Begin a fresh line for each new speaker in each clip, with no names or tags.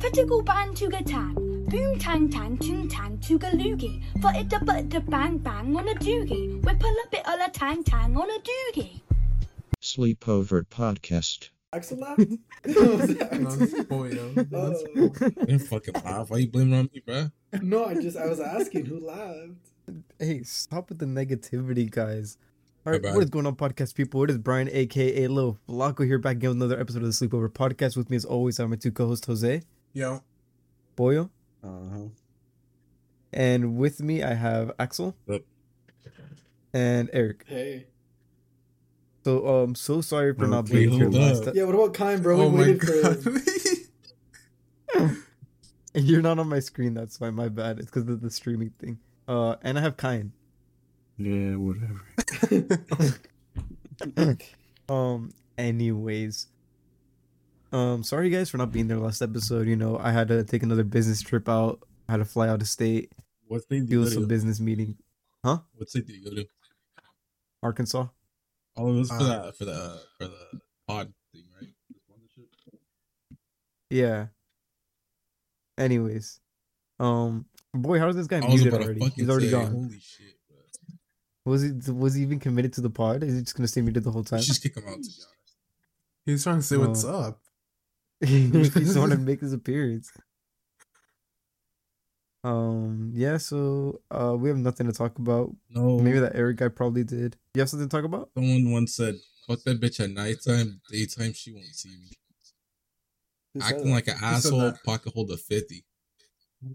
Critical ban tuga tan, boom tan tan tin tan tuga loogie. For it a but a bang bang on a doogie. Whip a lip it all a tang tang on a doogie.
Sleepover Podcast.
Axelot? Oh.
They're fucking live. Why you blaming on me, bro?
no, I just I was asking who laughed.
Hey, stop with the negativity, guys. All right,
Hey,
what
Brian.
is going on, podcast people? It is Brian, aka Lil Blanco, here back again with another episode of the Sleepover Podcast. With me, as always, are my two co hosts, Jose
Yo.
Boyo,
Uh-huh.
and with me, I have Axel
Yep.
and Eric.
Hey.
So, um, so sorry for
No,
not
please
being here
hold
last
up.
time.
Yeah, what about Kime, bro? We
oh
waited for him.
And you're not on my screen, that's why, my bad. It's because of the streaming thing. Uh, and I have Kyan.
Yeah, whatever.
Um, anyways. Um, sorry guys for not being there last episode. You know, I had to take another business trip out, I had to fly out of state,
What state did
deal
you
with
go
some
to?
business meeting.
What state did you go to?
Arkansas.
Oh, it was for
Uh,
the for the uh, for the pod thing, right? The sponsorship?
Yeah. Anyways. Um boy, how is this guy
I was
muted
about to
already?
fucking
He's already
say,
gone.
Holy shit, bro.
Was he was he even committed to the pod? Is he just gonna stay muted the whole time?
Let's just kick him out. To be honest.
He's trying to say what's up.
he just wanted to make his appearance. Um yeah, so uh we have nothing to talk about.
Oh.
No,
Maybe that Eric guy probably did. You have something to talk about?
someone once said, "Fuck that bitch at nighttime, daytime she won't see me." Acting like an asshole,
that?
pocket hold of fifty.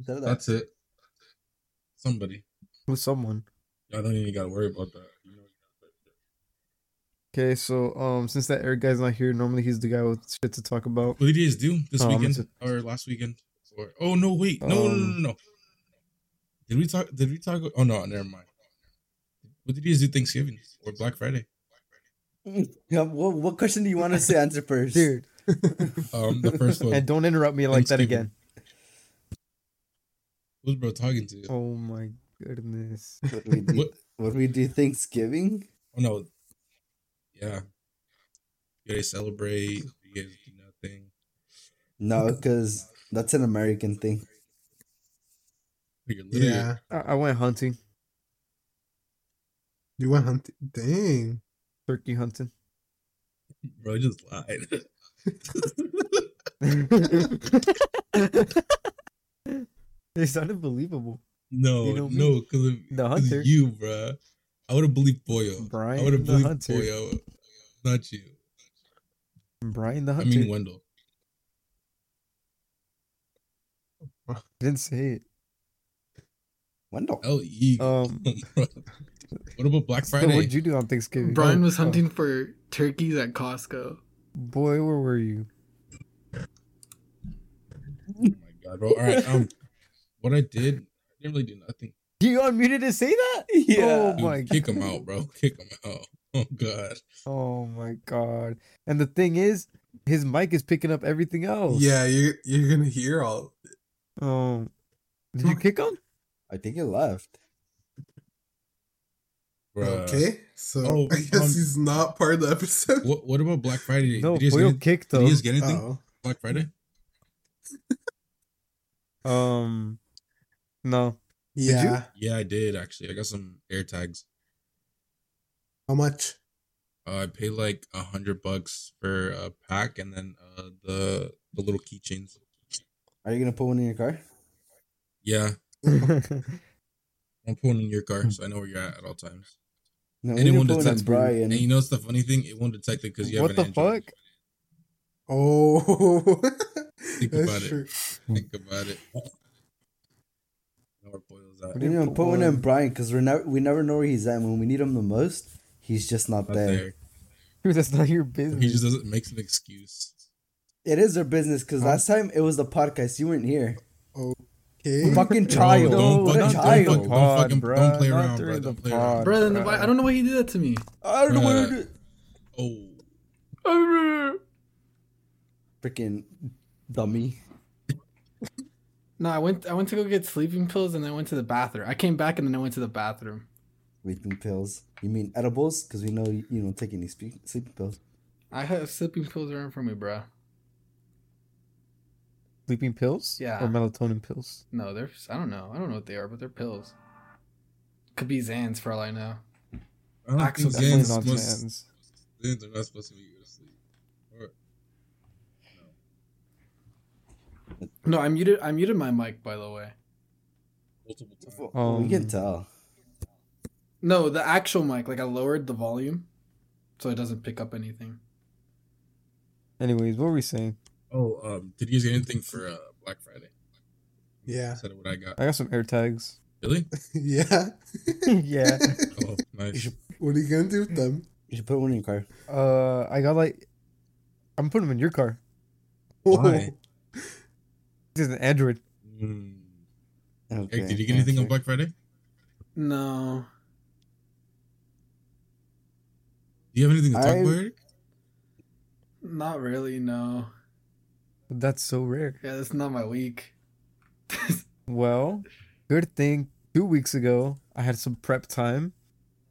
Uh,
That's it. Somebody,
With someone.
y'all don't even gotta worry about that. You know,
Okay, so um, since that Eric guy's not here, normally he's the guy with shit to talk about.
what did you guys do this
Um,
weekend
it's
or last weekend? Or oh no, wait, no, no, no,
Um,
no, no. Did we talk? Did we talk? Oh no, never mind. What did you guys do Thanksgiving or Black Friday?
Yeah, what, what question do you want us to answer first?
Dude,
Um, the first one.
and don't interrupt me like that again.
Thanksgiving. Who's bro talking to? Oh,
Oh my goodness.
What we do,
What? oh,
what? we do Thanksgiving?
no. Yeah. You guys celebrate. You guys do nothing.
No, because that's an American thing.
You're literally
Yeah.
I, I went hunting,
You went hunting. Dang.
turkey hunting.
bro. you Just lied.
It sounded believable,
no,
You know me.
no, because of
The
'cause of
hunter.
you, bro. I would have believed Boyo. I
Brian
would have
the
believed
hunter.
Boyo, not you.
Brian the
I
hunter.
mean Wendell.
didn't say
Wendell.
L E.
it. Um,
what about Black
so
Friday?
what'd you do on Thanksgiving?
Brian
Oh,
was
oh.
hunting for turkeys at Costco.
Boy, where were you?
Oh my god, bro. All right. Um, what I did, I didn't really do nothing.
You unmuted to say that?
Yeah.
Oh my
Dude, kick him out, bro. Kick him out. Oh god.
Oh my god. And the thing is, his mic is picking up everything else.
Yeah, you you're gonna hear all.
Um did you kick him?
I think you left.
Bruh.
Okay, so
Uh, Oh,
I guess
um,
he's not part of the episode.
What What about Black Friday?
No,
did you guys
Boyle
get,
kicked
did you
him.
guys get anything
Oh,
Black Friday?
Um No. you?
yeah.
Yeah, I did actually. I got some air tags.
How much?
Uh, I paid like a hundred bucks for a pack, and then uh, the the little keychains.
Are you gonna put one in your car?
Yeah, I'm pulling in your
Hmm.
car, so I know where you're at at all times.
No,
And it won't
put one in
detect.
Brian.
And you know, it's the funny thing. It won't detect it because you have an
what the
Android.
fuck?
Oh,
Think
that's
about it.
true.
Think about it. Know where Boyle's at.
What
You know,
Put
put one in
one.
Brian because we're never we never know where he's at. When we need him the most, he's just not
Not
there.
there.
Dude, that's not your
He just
business.
doesn't makes an excuse.
It is their business because last time it was the podcast. You weren't here.
Okay.
Fucking
No,
child.
don't, fuck-
what a
don't,
child.
fuck- don't
Pod,
fucking don't
bruh,
play
not
around, bro.
during
Don't
the
play around.
pod.
Bro, then why, I don't know why he did that to me.
I don't know where
Bruh.
to-
Oh,
Freaking dummy.
No, I went I went to go get sleeping pills and I went to the bathroom. I came back and then I went to the bathroom.
Sleeping pills. You mean edibles? Because we know you you don't take any spe- sleeping pills.
I have sleeping pills around for me, bro.
Sleeping pills?
Yeah.
Or melatonin pills?
No, they're. I don't know. I don't know what they are, but they're pills. Could be Zans for all I know.
I don't
Axel
think
Definitely
Zans
not
must,
Zans.
Zans are not supposed to make you go to sleep. Or,
No, I muted. I muted my mic, by the way.
multiple times.
we can
Um,
tell.
No, the actual mic. Like I lowered the volume, so it doesn't pick up anything.
Anyways, what were we saying?
Oh, um, did you guys get anything for uh, Black Friday?
Yeah.
Instead of what I got.
I got some air tags.
Really?
yeah.
yeah.
Oh, nice.
What are you gonna do with them?
You should put one in your car.
Uh, I got like, I'm putting them in your car.
Why?
Oh,
This is an Android.
Mm.
Okay.
Eric, did you get anything on
okay.
Black Friday? Do
No,
you have anything to talk
I-
about, Eric?
not really. No.
That's so rare.
Yeah, that's not my week.
Well, good thing two weeks ago I had some prep time,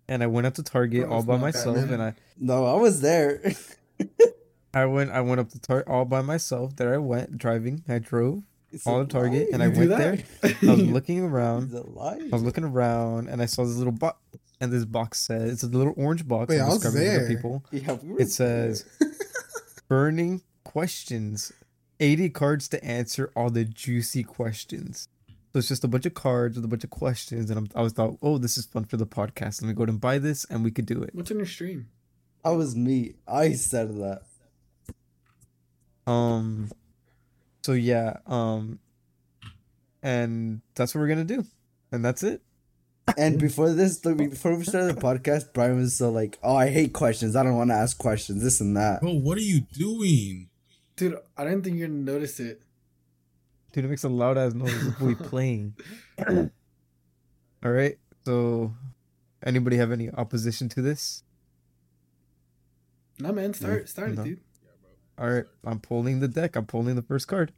and I went out to Target
Bro,
all
it's
by
not
myself,
Batman.
and I
No, I was there.
I went I went up to Target all by myself. There I went driving. I drove
It's
all
a
to Target,
lie.
and I Um,
do
went there.
that?
I was looking
It's
around.
a lie.
I was looking around, and I saw this little box. And this box said it's a little orange box.
Wait,
I'm
I was
discovering other
there.
People,
Yeah, we were
it says burning questions 80 cards to answer all the juicy questions so it's just a bunch of cards with a bunch of questions and I'm, i was thought oh this is fun for the podcast let me go ahead and buy this and we could do it
What's in your stream?
I was me. I said that.
um so yeah um and that's what we're gonna do and that's it
And before this, like, before we started the podcast, Brian was so like, "Oh, I hate questions. I don't want to ask questions. This and that."
Bro, Oh, what are you doing?
Dude, I didn't think you're gonna notice it.
dude it makes a loud ass noise if we playing all right so anybody have any opposition to this
No man, start start it,
no.
dude.
all right i'm pulling the deck i'm pulling the first card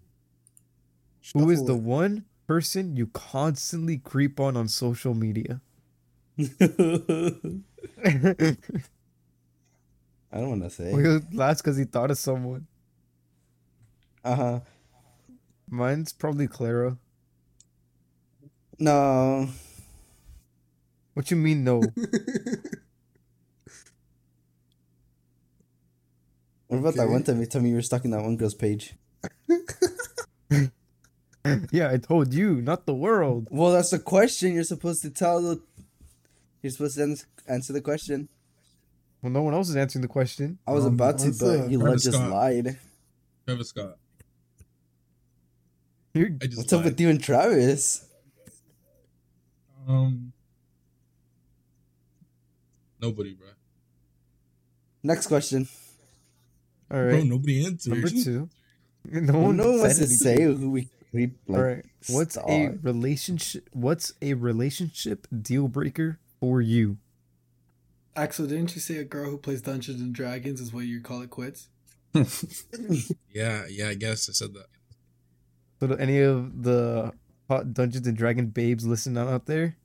Who is the
shuffle
one person you constantly creep on on social media?
I
we
don't want to say.
last because he thought of someone.
Uh huh.
Mine's probably Clara.
No.
What you mean no?
it.
What about that
Okay.
one time you told me you were stuck in that one girl's page?
yeah, I told you, not the world.
Well, that's the question you're supposed to tell the. You're supposed to ans- answer the question.
Well, no one else is answering the question.
I was
Um,
about to,
that's, uh,
but you
Travis
just
Scott.
lied.
Travis Scott.
You're,
I just
What's up
lied.
with you and Travis?
Um, nobody, bro.
Next question.
all
Bro,
right.
nobody answers.
Number two. No
Well,
one,
no one wants to
said
say
anything.
who we creep. Like,
all right. What's a
star.
relationship? What's a relationship deal breaker for you?
Axel, didn't you say a girl who plays Dungeons and Dragons is what you call it quits?
Yeah, yeah, I guess I said that.
So do any of the hot Dungeons and Dragon babes listening out there?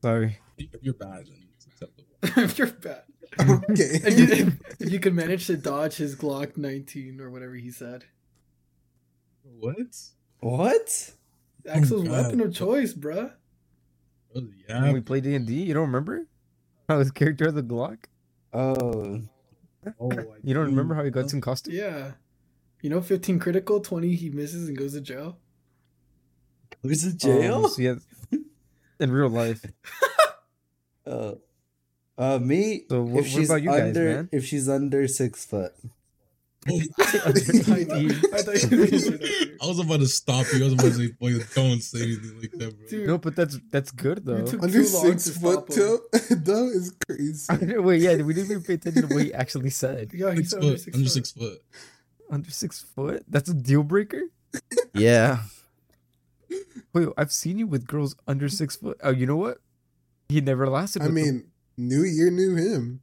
Sorry.
If you're bad, then it's acceptable.
if you're bad. If you,
okay.
if- if you can manage to dodge his Glock 19 or whatever he said.
What?
What?
Axel's
God.
weapon of choice, bruh.
Oh,
When
yeah.
we played D and D, you don't remember how his character had the Glock?
Oh,
Oh, I
You don't
do.
remember how he got in costume?
Yeah. You know, 15 critical, 20 he misses and goes to jail.
who's in
Um,
jail?
so yeah, in real life.
Uh, uh, me.
So what- what about you guys,
under,
man?
If she's under six foot,
I, know. I thought you were gonna say that.
I was about to stop you. I was about to say, boy, don't say anything like that, bro.
Dude,
No, but that's that's good
you
though.
took
Oh, Under
too long to
six
stop
foot
him.
two? that is crazy.
Wait, yeah, we didn't even pay attention to what he actually said.
Yeah, he's
Six
under
foot.
six
Under
foot.
six foot.
Under six foot? That's a deal breaker.
yeah.
Wait, I've seen you with girls under six foot. Oh, you know what? He never lasted.
I
with them.
mean, new year, new him.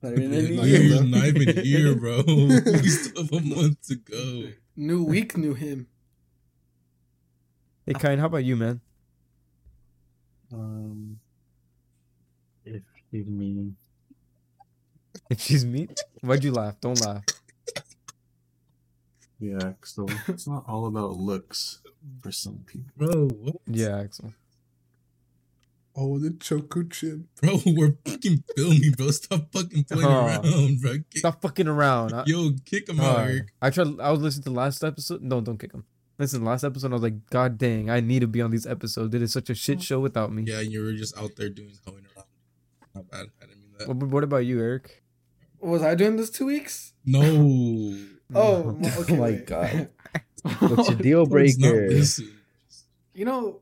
Not even in
Not
a year.
even not even a year, bro. We still have a month to go.
New week, knew him.
hey, Kyan, how about you, man?
Um, if you mean
If she's mean, why'd you laugh? Don't laugh.
Yeah, so it's not all about looks for some people.
Bro, what?
Yeah, Axel.
Oh, the choco chip.
Bro, we're fucking filming, bro. Stop fucking playing
Oh.
around, bro. Kick,
Stop fucking around. I,
Yo, kick him out,
Alright.
Eric.
I tried. I was listening to last episode. No, don't kick him. Listen, last episode, I was like, God dang, I need to be on these episodes. It is such a shit show without me.
Yeah, you were just out there doing going around. Not bad. I didn't mean that.
What, what about you, Eric?
Was I doing this two weeks?
No.
Oh,
No.
okay,
my
wait.
God. What's your deal
It's not
breaker?
racist.
You know.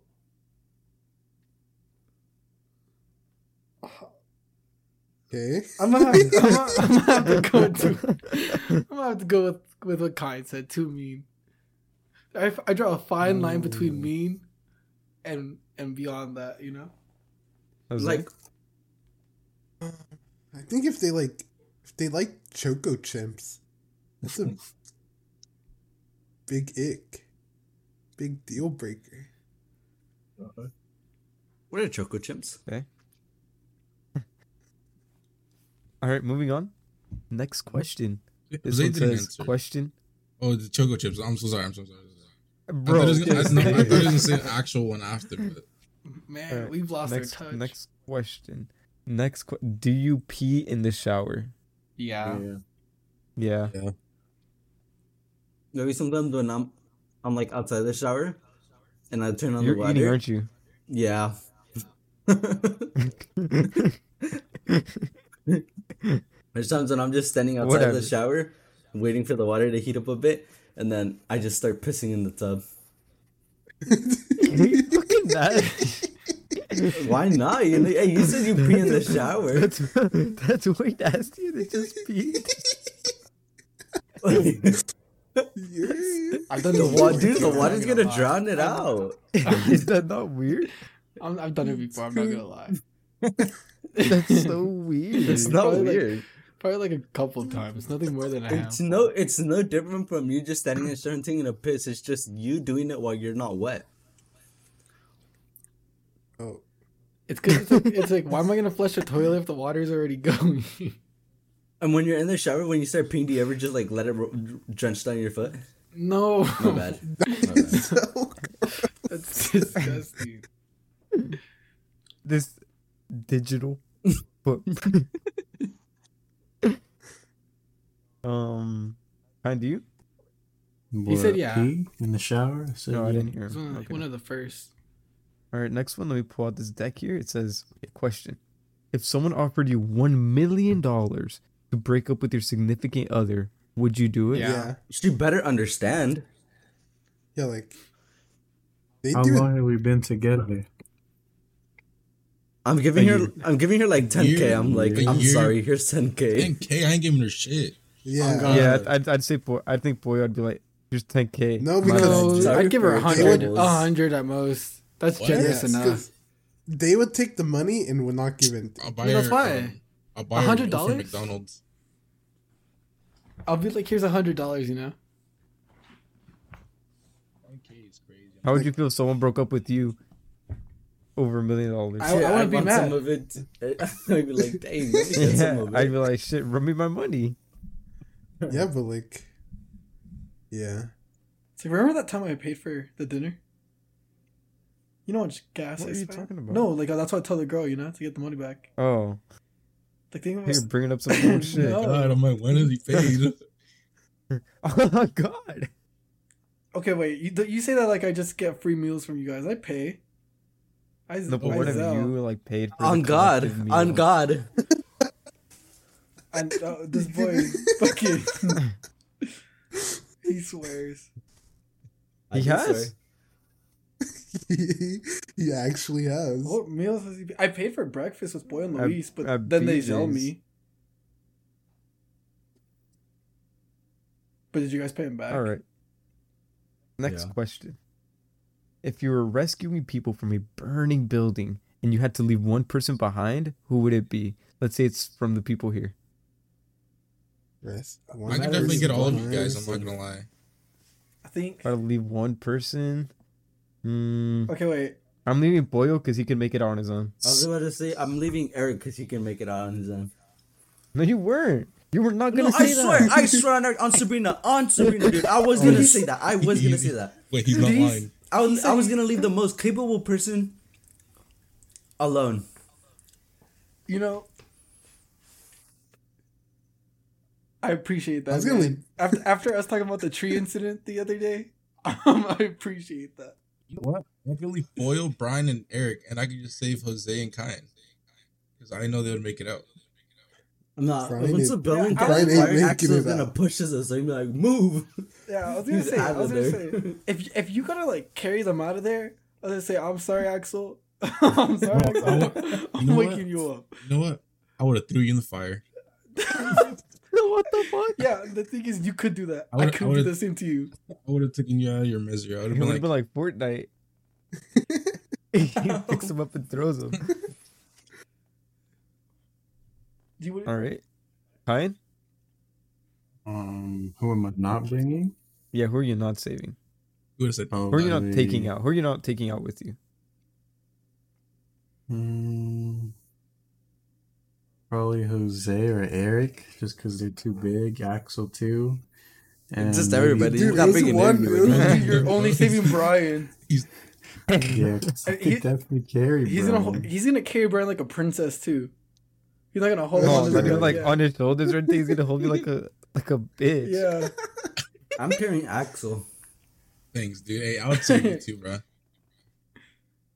Okay.
I'm gonna, have to, I'm, gonna, I'm gonna have to go to, I'm gonna have to go with, with what Kai said. Too mean. I, I draw a fine line
Mm.
between mean and and beyond that. You know,
Jose?
like
I think if they like, if they like choco chimps, that's a big ick, big deal breaker.
What are choco chimps?
eh? all right, moving on. Next
Mm-hmm.
question. This
Jose
one
didn't
says
answer.
question,
Oh, the choco chips. I'm so sorry. I'm so sorry. I'm so sorry.
bro.
I thought it was gonna, I thought it was gonna
next,
say an actual one after, but
man, we've lost our touch.
next question. Next, que- do you pee in the shower?
Yeah.
yeah.
Yeah.
Maybe sometimes when I'm, I'm like outside the shower, and I turn on
You're
the
eating,
water.
aren't you?
yeah. There's times when I'm just standing outside
Whatever.
the shower, waiting for the water to heat up a bit, and then I just start pissing in the tub.
Look at that.
Why not? You know, hey, you said you pee in the shower.
That's that's way nastier than just pee.
Yeah.
I've done
The
this
wa-
before,
dude,
too,
the
I'm not
water's
gonna
gonna
lie.
drown it out.
Is that not weird?
I'm, I've done it before. I'm not gonna lie.
That's so weird.
It's not
Probably like-
weird.
Probably like a couple times. Nothing more than I have.
It's no, it's no different from you just standing in the shower and taking a piss. It's just you doing it while you're not wet.
Oh,
It's because it's, like, it's like, why am I gonna flush the toilet if the water's already going?
And when you're in the shower, when you start peeing, do you ever just like let it ro- drench down your foot?
no,
My bad. My bad.
so
that's disgusting.
this digital footprint. um, and you?
He said yeah.
Pee in the shower. I said
No,
yeah.
I didn't hear.
It's one, of
Him.
the-
Okay.
one of the first.
All right, next one. Let me pull out this deck here. It says, okay, question: If someone offered you one million dollars to break up with your significant other, would you do it?
Yeah.
yeah,
She better understand.
yeah, like they
How
do.
long have we been together?
I'm giving
A
her.
year.
I'm giving her like 10k.
year?
I'm like,
A
I'm
year?
sorry. Here's 10k.
and K, I ain't giving her shit.
Yeah,
God.
Yeah, I'd- I'd, I'd say boy. I think boy, I'd be like, here's ten k.
No,
No,
Oh,
because-
Sorry
I'd give her a
for
hundred,
examples.
a hundred at most. That's
What?
generous
Yeah, 'cause
enough.
They would take the money and would not give anything.
I'll buy
Well, that's
her.
why.
um, I'll buy her
$100?
a meal from McDonald's.
I'll be like, here's a hundred dollars. You know,
How would you feel if someone broke up with you over a million dollars?
I- wanna
I'd
be
want
mad.
Some of it. I'd be eh, like, dang, let me get some
Yeah,
of
I'd be
it.
like, shit, run me my money.
Yeah, but like, yeah,
it's like remember that time I paid for the dinner. You know how much gas
What
I
are you
spent?
talking about?
No, like that's what I tell the girl. You know, to get the money back.
Oh,
Like think of
you're
us.
bringing up some old shit.
No.
Oh God, I'm like, when is he paid?
Oh my god.
Okay, wait. You, you say that like I just get free meals from you guys. I pay. I
No, but
I
what have
zell.
you like paid for? the
On God,
collective meal?
on God.
And uh, this boy fucking he swears.
I
He
think
has?
so.
he, he actually has.
What meals has he? Been? I paid for breakfast with Boy and
At-
Luis, but
at
then they yell
BJ's.
me. But did you guys pay him back?
All right. Next
Yeah.
question. If you were rescuing people from a burning building and you had to leave one person behind, who would it be? Let's say it's from the people here.
Yes,
I could definitely get all of you guys. I'm not gonna lie.
I think.
If I leave one person, mm,
Okay, wait.
I'm leaving Boyo because he can make it on his own.
I was about to say I'm leaving Eric because he can make it out on his own.
No, you weren't. You were not
No,
gonna
I
say
swear,
that.
I swear on, on Sabrina, on Sabrina, dude. I was gonna say that. I was gonna say that.
Wait, he's not lying.
I was, I was gonna leave the most capable person alone.
You know, I appreciate that.
I was gonna
man.
leave-
after after us talking about the tree incident the other day. Um, I appreciate that.
You know what? I could really foil Brian and Eric, and I could just save Jose and Kyan because I know they would make it out.
Nah,
Brian
once
ain't-
a building
Brian
comes,
ain't
Brian
making
Axel's
it
gonna
out.
push us aside and be like, move.
Yeah, I was gonna
He's
say. I
outta
was gonna
there.
say if if you gotta like carry them out of there, I was gonna say I'm sorry, Axel. I'm sorry,
No, I wa-
Axel. I'm
you know what?
waking you up.
You know what? I would have threw you in the fire.
what the fuck?
Yeah, the thing is, you could do that. I,
I would- I
could do
would-
the same to you.
I would have taken you out of your misery. I would
It
have been
would have
like,
been like Fortnite. he picks him up and throws him.
You would.
All right, Kyan.
Um, who am I not bringing?
Yeah, who are you not saving?
you would have said,
Oh,
Who are you
I
not taking
mean,
out? Who are you not taking out with you?
mm, probably Jose or Eric, just because they're too big. Axel too. And
Just everybody.
Dude,
You're not
it's
bringing
one,
everybody.
dude.
You're only saving Brian.
maybe- Yeah, 'cause I
He-
could definitely carry.
He's
Brian.
gonna hol- he's gonna carry Brian like a princess too. He's not gonna hold
Oh,
on.
like,
to
you're,
the-
like
yeah.
on his shoulders or anything. He's gonna hold you like a like a bitch.
Yeah,
I'm carrying Axel.
thanks, dude. Hey, I would save you too, bro.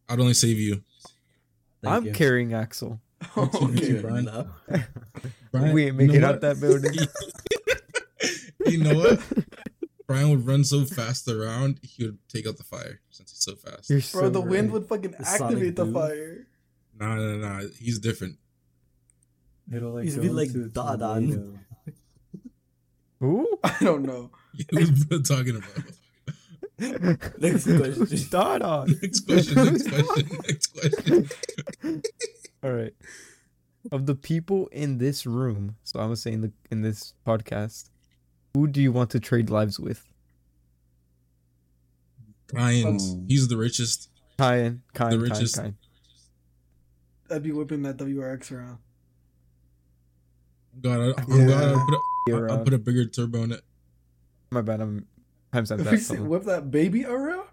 I'd only save you.
Thank
I'm
you.
carrying Axel.
okay.
Brian.
No.
Brian,
we ain't making
you know
out
what?
that building.
you know what? Brian would run so fast around, he would take out the fire since he's so fast.
You're
Bro,
so
the wind
right.
would fucking
The sonic
activate the
boom.
fire.
Nah, nah, nah. He's different.
It'll like
He's
go
be like
into a
Dadan.
tornado.
Who?
I don't know.
Who's Bro talking about?
Next question.
Start on.
Next question. Next question. Next question.
All right. Of the people in this room, so I'm saying the in this podcast, who do you want to trade lives with?
Brian's.
Um,
He's the richest.
Kyan, Kyan, Kyan,
richest-
Kyan.
I'd be whipping that WRX around.
God, I, I'm glad I
Yeah.
put a,
You're uh,
I, I
wrong.
put a bigger turbo in it.
um, My bad. I'm times that.
If we say
fellow.
whip that baby around.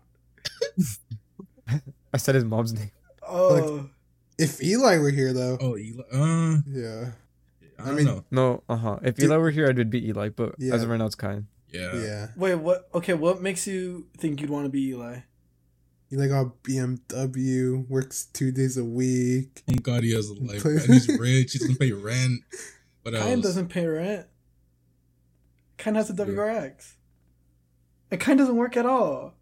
I said his mom's name.
Oh,
If Eli were here, though,
Oh, Eli. Uh,
yeah,
I,
I
don't
mean-
know.
No, uh huh. If
Dude.
Eli were here, I would be Eli, but
Yeah.
as of right now, it's Kyan.
Yeah.
yeah.
wait, what? Okay, what makes you think you'd want to be Eli?
Eli got BMW, works two days a week.
Thank God he has a life.
Play-
and he's rich. He doesn't pay rent. What else?
Kyan doesn't pay rent. Kyan has a
That's true.
WRX. And Kyan doesn't work at all.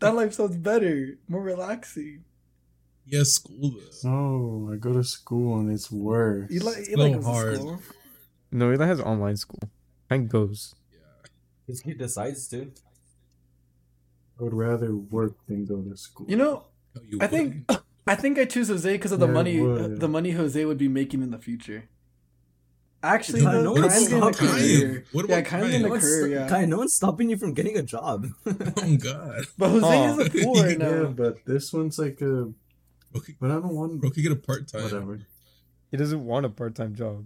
That life sounds better, more relaxing.
He has school though.
No, I go to school and it's worse.
Eli,
It's
Eli
so
goes to
hard.
school.
No, Eli has online school. Kyan goes.
He decides to.
I would rather work than go to school.
You know,
No, you
I think I think I choose Jose because of the
Yeah,
money uh,
would.
the money Jose would be making in the future. Actually,
Yeah,
though,
no
wouldn't.
one's
Kyan's getting a
What about
stopping
Kyan?
career.
What about
Yeah, Kyan's
Kyan?
getting a
What's
career.
the-
Yeah,
Kai, no one's stopping you from getting a job.
Oh God,
but Jose
Aw.
is a poor right now.
yeah, but this one's like a.
bro, could,
But I don't want.
bro could get a part time.
Whatever.
He doesn't want a part-time job.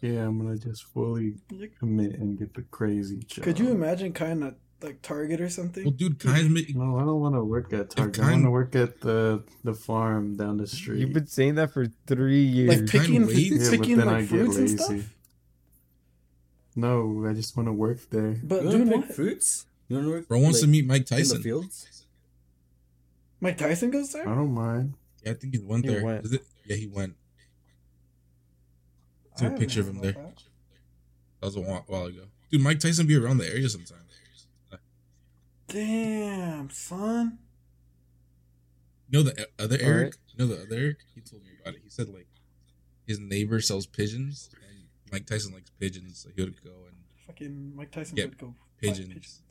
Yeah, I'm gonna just fully commit and get the crazy job.
Could you imagine Kyan at like Target or
Well,
something?
dude, Kyan's making.
No, I don't want to work at Target. I
kind-
want to work at the the farm down the street.
You've been saying that for three years.
Like
Kyan
picking
waits.
yeah,
picking
but then I
like
get
fruits and
lazy.
stuff.
No, I just want to work there.
But
you
doing
wanna
what?
pick fruits? You wanna work
Bro wants
like,
to meet Mike
in
Tyson.
the fields?
Mike Tyson goes
I
there.
don't mind.
Yeah, I think he went
He
there.
went.
Is it- Yeah, he went.
I
Took a
haven't
picture of
heard
him there.
about
That was a while, while ago. Dude, Mike Tyson be around the area sometimes.
Damn, son.
You know the e- other
All
Eric? You know the other Eric? He told me about it. He said like his neighbor sells pigeons, and Mike Tyson likes pigeons, so he would go and
Fucking Mike Tyson
Yeah,
would go. buy
pigeons.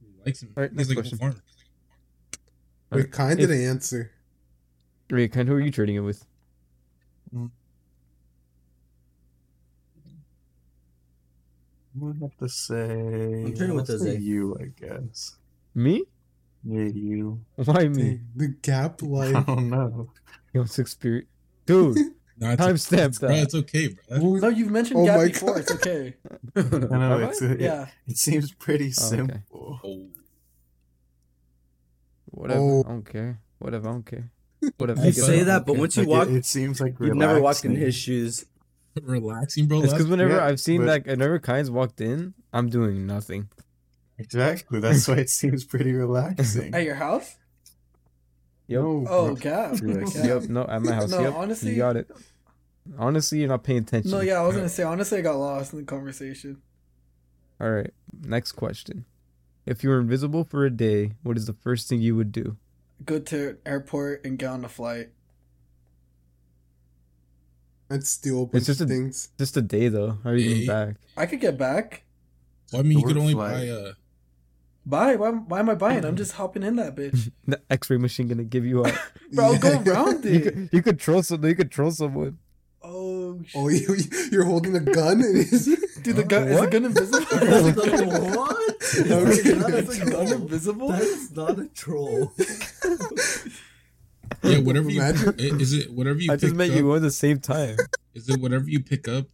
He likes him.
All right,
He's
next
like
question.
a farmer.
Wait, kind
If-
didn't answer.
Wait, Kyan, who are you trading it with?
I'm gonna have to say.
I'm turning with
I'll say
Jose.
You, I guess.
Me?
Yeah, you.
Why me?
Dang, the gap
I
life.
don't know.
He wants experience. Dude,
Nah, it's-
Timestamp
Bro,
that.
it's okay, bro.
Well,
No, you've mentioned
Oh
Gap
my
before.
God.
It's okay.
I know
Am
it's, it,
Yeah.
it seems pretty
Oh, okay.
simple.
Oh,
Whatever.
Oh.
I don't care. Whatever. I don't care. Whatever.
You
I
You
guess I
say
don't
that, but
care.
once you
Like,
walk,
it, it seems like
you've never walked in
relaxing.
his shoes.
relaxing, bro.
It's
Last-
because whenever
yeah,
I've seen
but-
like whenever Kynes walked in, I'm doing nothing.
Exactly. That's why it seems pretty relaxing.
At your house?
Yep.
No,
Oh,
bro.
Gap.
You're like,
Yeah.
Yep. No, at my house.
No,
yep.
honestly-
you got it. Honestly, you're not paying attention.
No, yeah, I was gonna say. Honestly, I got lost in the conversation.
All right. Next question. If you were invisible for a day, what is the first thing you would do?
Go to airport and get on a flight.
I'd steal a bunch
just
of
a-
things.
Just a day though. How are you
Day?
going back?
I could get back.
Well, I mean, you
Or
could only
fly.
buy uh,
Buy? Why, why am I buying? I'm just hopping in that bitch.
The X-ray machine gonna give you up.
Bro,
Yeah.
go around
you,
it.
could, you could troll someone. You could troll someone.
Oh, sh-
Oh, you, you're holding a gun? and it's-
dude, the gun is the
What?
gun invisible? Is the gun-
what?
That's not a
is the gun invisible?
That's not a troll.
uh, yeah, whatever you
Imagine.
i- is it whatever you
I
pick
just met
up,
you one at the same time.
is it whatever you pick up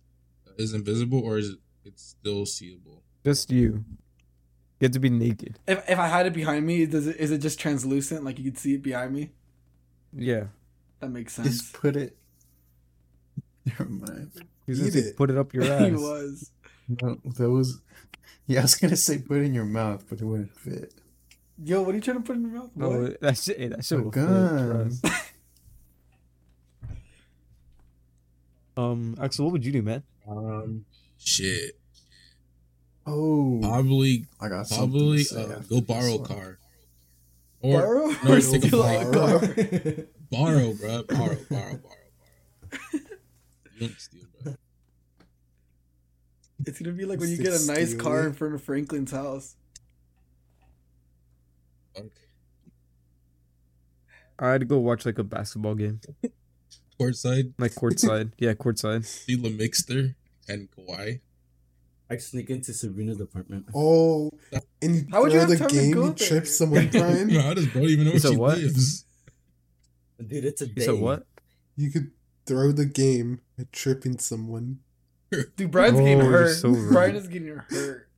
is invisible or is it it's still seeable?
just you. You have to be naked.
If, if I had it behind me, does it, is it just translucent? Like you could see it behind me?
Yeah.
That makes sense.
Just put it. Never mind.
He's
Eat
just like,
it.
put it up your
he
ass.
was.
No, that was. Yeah, I was gonna say put it in your mouth, but it wouldn't fit.
Yo, what are you trying to put in your mouth? What?
Oh, that shit. Hey, that shit
A
will fit,
gun.
trust. Um, Axel, what would you do, man?
Um.
Shit,
Oh,
probably
I got something to
probably
say
uh,
after
go
this
borrow a
one.
car or
Borrow
no,
or
just take a
steal
flight.
a
borrow,
car?
borrow, bro, borrow, borrow, borrow, borrow. You don't steal, bro.
It's gonna be like when you
Just
get a nice
steal
car
it.
in front of Franklin's house.
Fuck.
I'd go watch like a basketball game,
Courtside,
like courtside. yeah, courtside.
steal a mixer and Kawhi.
I sneak into Sabrina's apartment.
Oh, and you
How would you
throw
have
the
time to
game,
go
you
there?
trip someone
Bro,
Brian.
How does bro even know
You
where
said
she
what?
lives?
Dude, it's a
You
day.
said what?
you could throw the game at tripping someone.
Dude, Brian's getting
Oh, you're
hurt.
so rude.
Brian is getting hurt.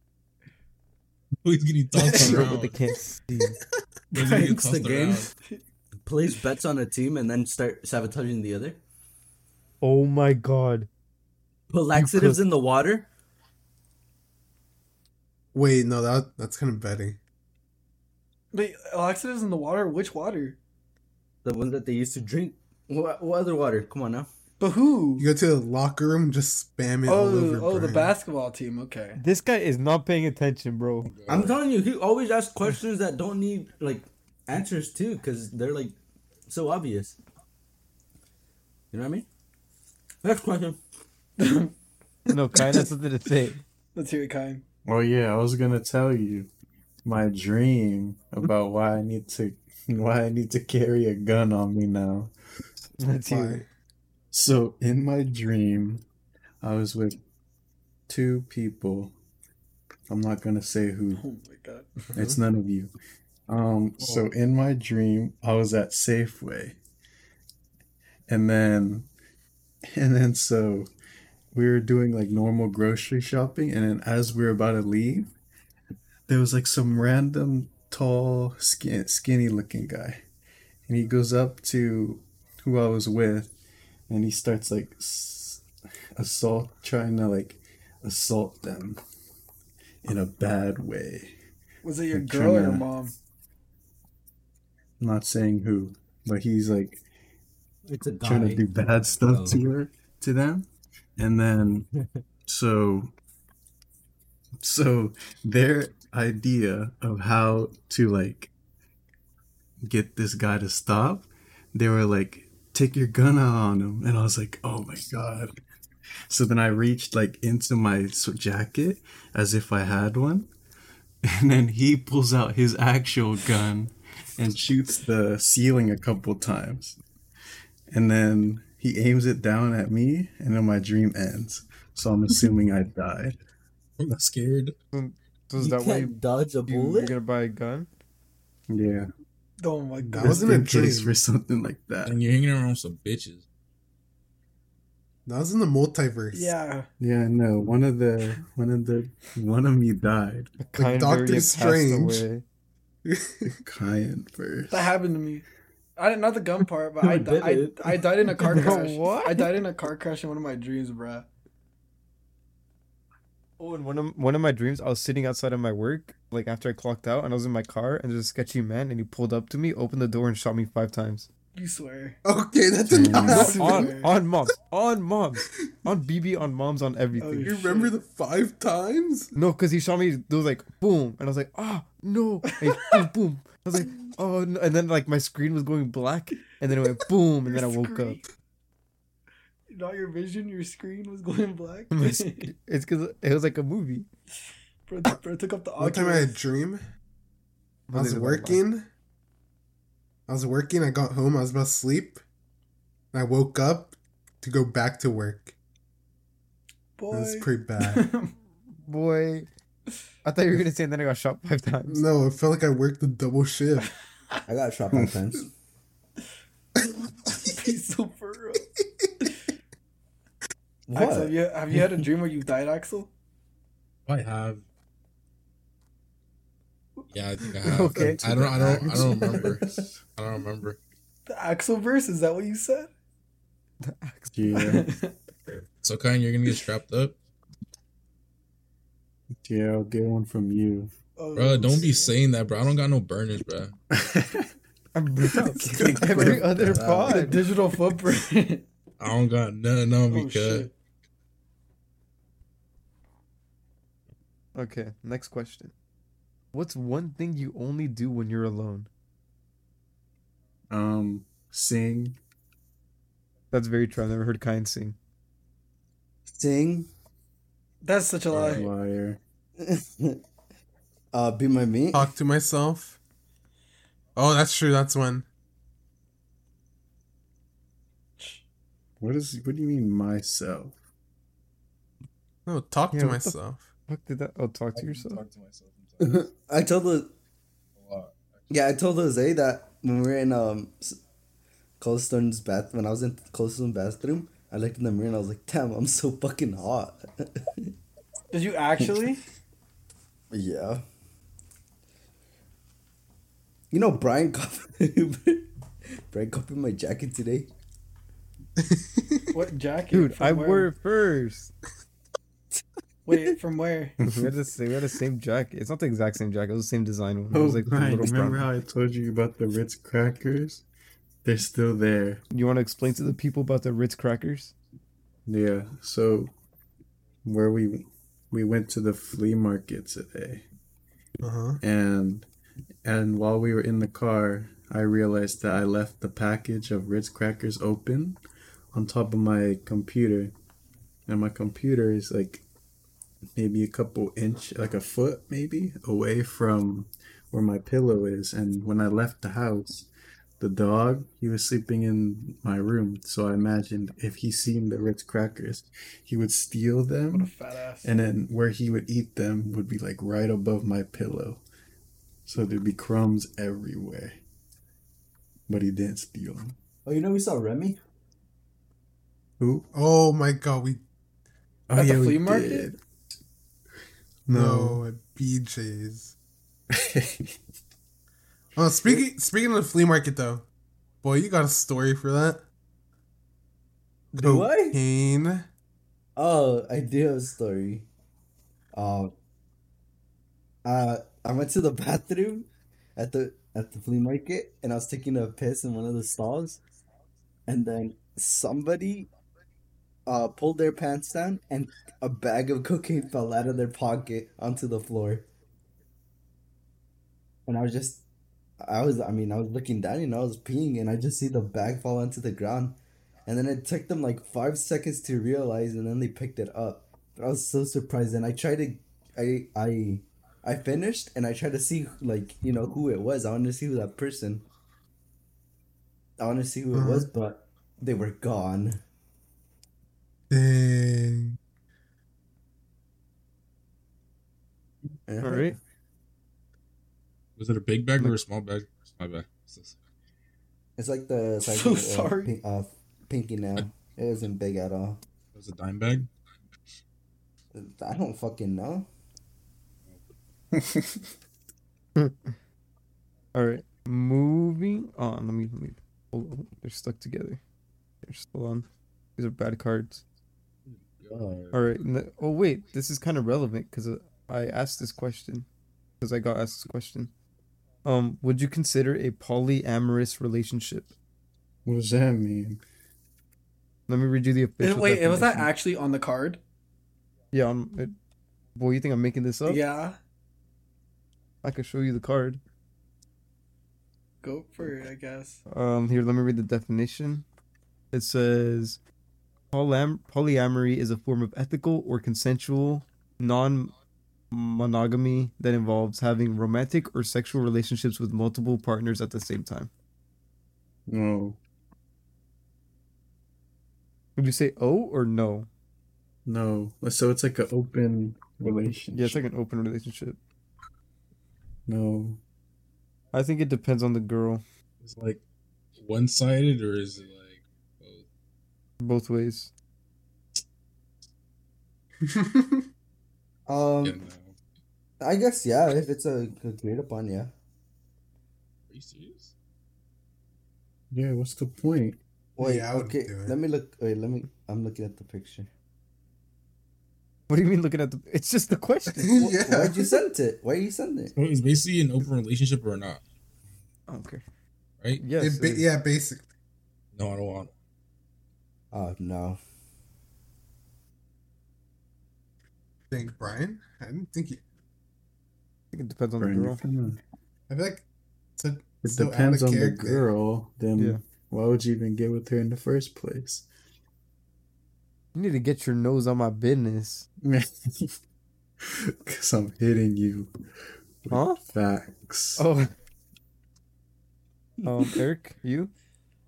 He's getting tossed
Bro,
around.
but they can't see.
He's getting
Breaks the
tossed
game.
around.
Plays bets on a team and then start sabotaging the other.
Oh my god.
Put laxatives in the water.
Wait, no, that that's kind of betting.
Wait, laxatives in the water? Which water?
The ones that they used to drink. What, what other water? Come on now.
But who?
You go to the locker room, just spam it
Oh,
all over.
oh, the
Brian.
basketball team. Okay.
This guy is not paying attention, bro.
I'm telling you, he always asks questions that don't need like answers to, because they're like so obvious. You know what I mean? Next question.
No, Kai, that's something to say.
Let's hear it, Kyle.
Well, yeah, I was gonna tell you my dream about why I need to why I need to carry a gun on me now.
That's you.
Why?
So in my dream, I was with two people. I'm not gonna say who.
Oh my god.
It's none of you. Um,
Oh.
so in my dream, I was at Safeway, and then, and then so we were doing like normal grocery shopping, and then as we were about to leave, there was like some random tall, skin, skinny-looking guy, and he goes up to who I was with, and he starts like s- assault, trying to like assault them in a bad way.
Was it your
I'm
girl or your
tryna-
mom?
I'm not saying who, but he's like
It's a guy.
trying to do bad stuff
Oh.
to her, to them, and then so so their idea of how to like get this guy to stop, they were like, "Take your gun out on him," and I was like, "Oh my god." So then I reached like into my s- jacket as if I had one, and then he pulls out his actual gun and shoots the ceiling a couple times. And then he aims it down at me, and then my dream ends. So I'm assuming I died.
I'm scared.
So is
You
that why
can't
you,
dodge a
you, are
bullet.
gonna buy a gun?
Yeah.
Oh my god.
That wasn't a
in case
dream.
for something like that.
And you're hanging around with some bitches.
That was in the multiverse.
Yeah.
Yeah, no. One of the one of the one of me died.
Kind
Doctor
Varian passed
Strange.
away.
Kyan first.
That happened to me. I didn't not the gun part, but I,
Who
di-
did it?
I I died in a car crash.
What?
I died in a car crash in one of my dreams, bruh.
Oh, in one of one of my dreams, I was sitting outside of my work, like after I clocked out, and I was in my car, and there's a sketchy man, and he pulled up to me, opened the door, and shot me five times.
You swear.
Okay, that did not
No,
happen.
on on moms, on moms, on BB, on moms, on everything.
You remember the five times?
No, because he shot me. It was like boom, and I was like, ah, no, and he- boom, boom. I was like, oh, no. and then like my screen was going black, and then it went boom, and then I woke up.
Not your vision, your screen was going black.
My sc- It's because it was like a movie.
bro, bro took up the
One time I had a
Oculus.
dream. I
But
was
it
working. I was working. I got home. I was about to sleep. And I woke up to go back to work.
Boy.
It was pretty bad.
like, boy. I thought you were gonna say, and then I got shot five times.
no, it felt like I worked a double shift.
I got shot by fence.
He's so for real. Axel, have
What?
you, have you had a dream where you died, Axel?
I have. Yeah, I think I have.
Okay.
I don't. I don't. I don't remember. I don't remember.
The Axel verse? Is that what you said?
Yeah,
So, Kyan, you're gonna get strapped up,
yeah. I'll get one from you.
Oh,
bro. Don't be saying that, bro. I don't got no burners, bro.
I'm every other
The
pod.
digital footprint.
I don't got none on me,
oh,
because
shit.
Okay, next question. What's one thing you only do when you're alone?
Um, sing.
That's very true. I've never heard Kyan sing.
Sing.
That's such a lie.
Liar.
uh, be my meat.
Talk to myself. Oh, that's true. That's one.
What is? What do you mean myself?
No, talk
Yeah,
to
what the-
myself.
Fuck did that? Oh, talk to yourself.
talk to myself sometimes
I told the
a lot.
yeah, I told Jose that when we were in um S- Cold Stone's bath when I was in Cold Stone bathroom, I looked in the mirror and I was like, damn, I'm so fucking hot.
Did you actually?
yeah. You know Brian copied Brian copied my jacket today.
What jacket?
Dude,
From
I
where?
wore it first.
Wait, from where?
we, had the, same- we had the same jacket. It's not the exact same jacket. It was the same design one. It
Oh,
was like the
right.
little
Remember
brown-
how I told you about the Ritz crackers? They're still there.
You want to explain to the people about the Ritz crackers?
Yeah. So, where we we went to the flea market today,
Uh huh.
and and while we were in the car, I realized that I left the package of Ritz crackers open on top of my computer, and my computer is like maybe a couple inch, like a foot maybe, away from where my pillow is. And when I left the house. The dog, he was sleeping in my room, so I imagined if he seen the Ritz crackers, he would steal them
What a fat ass.
and then where he would eat them would be like right above my pillow. So there'd be crumbs everywhere. But he didn't steal them.
Oh, you know we saw Remy.
Who?
Oh my god, we
Oh,
At the
yeah, we
flea market?
did.
know at BJ's. Oh, speaking speaking of the flea market though, boy, you got a story for that.
Do I?
Cocaine.
Oh, I do have a story. Um, uh, I went to the bathroom at the at the flea market, and I was taking a piss in one of the stalls, and then somebody uh pulled their pants down, and a bag of cocaine fell out of their pocket onto the floor. And I was just, I was, I mean, I was looking down, you know, I was peeing, and I just see the bag fall onto the ground. And then it took them like five seconds to realize, and then they picked it up. But I was so surprised, and I tried to, I, I, I finished, and I tried to see like you know who it was. I wanted to see who that person. I wanted to see who it was, but they were gone.
Dang.
Uh-huh.
All right.
Was it a big bag or a small bag? My bad.
It's like the it's like
So
the, uh,
sorry.
pink, uh, pinky now. It wasn't big at all.
was a dime bag.
I don't fucking know.
All right, moving on. Let me let me. Hold on. They're stuck together. They're still on. These are bad cards. All right. n- Oh wait, this is kind of relevant because I asked this question because I got asked this question. Um, would you consider a polyamorous relationship?
What does that mean?
Let me read you the official.
wait, was that
definition.
actually on the card?
Yeah. Um, it, boy, you think I'm making this up?
Yeah.
I could show you the card.
Go for it, I guess.
Um, here, let me read the definition. It says Polyam- polyamory is a form of ethical or consensual non monogamy that involves having romantic or sexual relationships with multiple partners at the same time.
No,
Would you say oh or no?
no. So it's like an open relationship.
Yeah, it's like an open relationship.
no.
I think it depends on the girl
It's like one sided, or is it like both?
both ways.
Um,
Yeah, no. Are
I guess yeah. If it's a agreed upon, yeah.
you serious?
Yeah, what's the point?
Wait,
Yeah, I would
okay.
do it.
Let me look. Wait, let me. I'm looking at the picture.
What do you mean looking at the It's just the question.
Wh-
yeah.
Why'd you send it? Why you send it?
Well, it's basically an open relationship or not,
I don't care.
right?
Yes.
It ba-
it is.
yeah, basically.
No, I don't want.
Oh no.
Think Brian? I didn't think he.
I think it depends on the
Brandon,
girl.
come on.
I feel like it's a,
It
so out of
depends on the
character.
girl. Then
Yeah.
why would you even get with her in the first place?
You need to get your nose on my business.
Because I'm hitting you. with
Huh?
Facts.
Oh. um, Eric, you?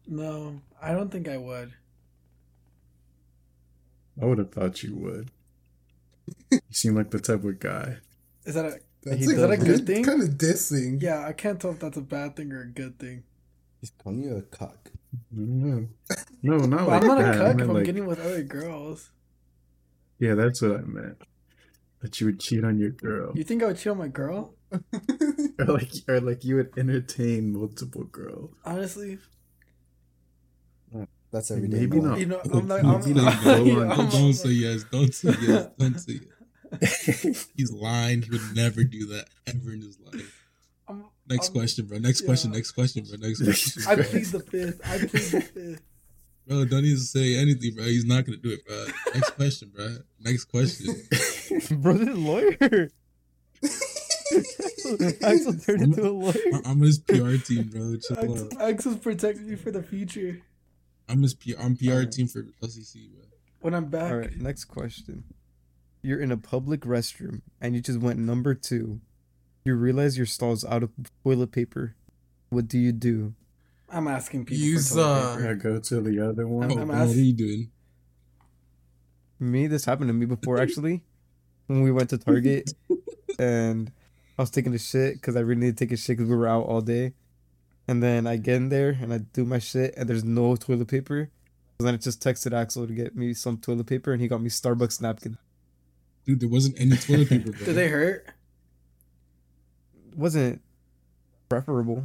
No, I don't think I would.
I would have thought you would. you seem like the type of guy.
Is that a
That's
He does
like, that a
that.
good
thing?
Kind of dissing.
yeah? I can't tell if that's a bad thing or a good thing.
He's calling you a cock.
No, Mm-hmm. no, not
But
like
I'm not a
that.
cuck
I meant
if I'm
like-
getting with other girls.
Yeah, that's what I meant. That you would cheat on your girl,
You think I would cheat on my girl?
or like, or like you would entertain multiple girls.
Honestly,
That's every day.
Maybe
Maybe not.
not.
you know, I'm not.
Don't
I'm,
say
not-
yes.
Hold on,
I'm-
Don't- Don't say yes. Don't say yes. Don't say yes. He's lying. He would never do that ever in his life.
I'm-
Next
I'm-
question, bro. Next
yeah.
question. Next question, bro. Next question.
I
bro.
plead the fifth. I plead the fifth.
Bro, don't even say anything, bro. He's not gonna do it, bro. Next question, bro. Next question.
Bro, this is a lawyer. Axel turned into a lawyer.
I- I'm his PR team, bro. Chill out.
Ax- Axel's protecting me for the future.
I'm his PR. I'm PR team for LCC, bro.
When I'm back,
All right, next question. You're in a public restroom and you just went number two. You realize your stall's out of toilet paper. What do you do?
I'm asking people.
Use,
for toilet
uh,
paper.
I go to the other one.
Oh,
I'm
bro,
ask-
what are you doing?
Me, this happened to me before actually, when we went to Target, and I was taking a shit because I really needed to take a shit because we were out all day, and then I get in there and I do my shit and there's no toilet paper, so then I just texted Axel to get me some toilet paper and he got me Starbucks napkin.
Dude, there wasn't any toilet paper, bro.
Did they hurt?
wasn't preferable.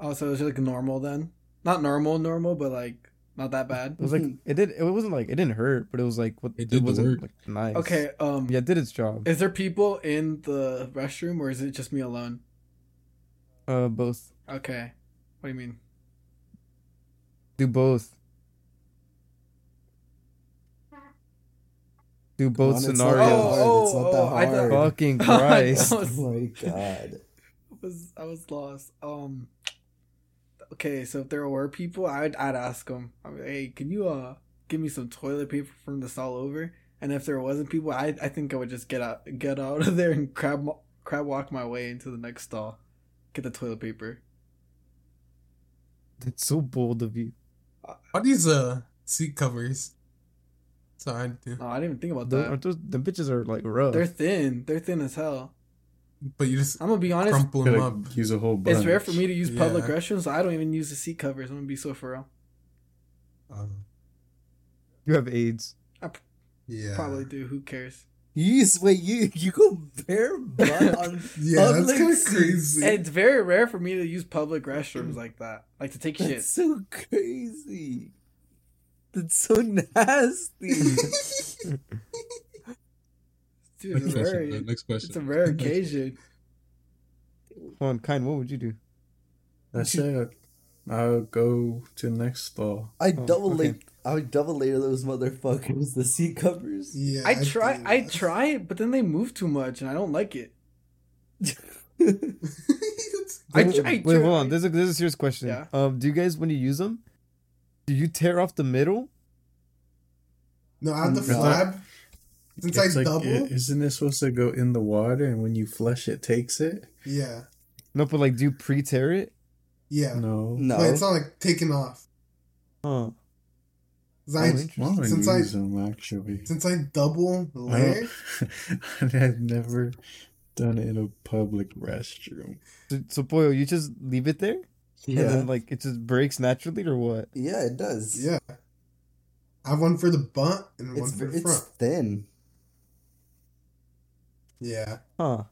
Oh, so it was like normal then? Not normal, normal, but like not that bad.
It was like it did. It wasn't like it didn't hurt, but it was like what
It did the
wasn't
work.
like nice.
Okay. Um.
Yeah, it did its job.
Is there people in the restroom or is it just me alone?
Uh, both
Okay. What do you mean?
do both. Do both
on, it's not
scenarios.
that hard.
Oh,
it's not
oh, I
that
thought-
hard.
Fucking Christ.
I
Oh
was,
my god.
I was I was lost. Um. Okay, so if there were people, I'd I'd ask them. I'm like, hey, can you uh give me some toilet paper from the stall over? And if there wasn't people, I I think I would just get out get out of there and crab mo- crab walk my way into the next stall, get the toilet paper.
That's so bold of you.
What these uh seat covers? So I do.
No, I didn't even think about
Those,
that.
aren't those, the bitches are like rough.
They're thin. They're thin as hell.
But you just
I'm gonna be honest.
crumple
I
them
feel
up.
like use a whole bunch.
It's rare for me to use public
Yeah.
restrooms. I don't even
Oh,
use the seat covers. I'm gonna be so for real.
Um,
you have AIDS.
Yeah.
Probably do. Who cares?
You just wait. You you go bare butt on
Yeah, that's
public
kind of
seats.
crazy.
And it's very rare for me to use public restrooms like that, like to take
That's
shit.
so crazy. That's so nasty.
Dude,
Next
it's a
question. man,
rare,
Next question.
it's a rare occasion.
Hold on, kind. What would you do?
That's it. I'll go to next stall.
I
Oh,
double
okay.
lay. I would double layer those motherfuckers. The seat covers.
yeah,
I try,
do
I
that.
try it, but then they move too much, and I don't like it.
That's-
I,
Wait,
try- I
wait, hold on.
try.
There's a there's a serious question.
Yeah.
Um, do you guys when you use them, do you tear off the middle?
no, I have the
No.
flab. Since I
It's like,
double,
i- isn't it supposed to go in the water and when you flush it takes it?
yeah,
No, but like, do you pre-tear it?
yeah.
No.
No.
But it's not like taking off.
Huh.
'Cause I,
Oh,
Why would
since
you
I
use them actually?
since I double
I
layer,
don't- I've never done it in a public restroom.
So, so Boyle, you just leave it there, and then like it just breaks naturally, or what?
Yeah, it does.
yeah. I have one for the butt and one
It's
for
ver-
the
it's
front.
thin.
Yeah.
Huh?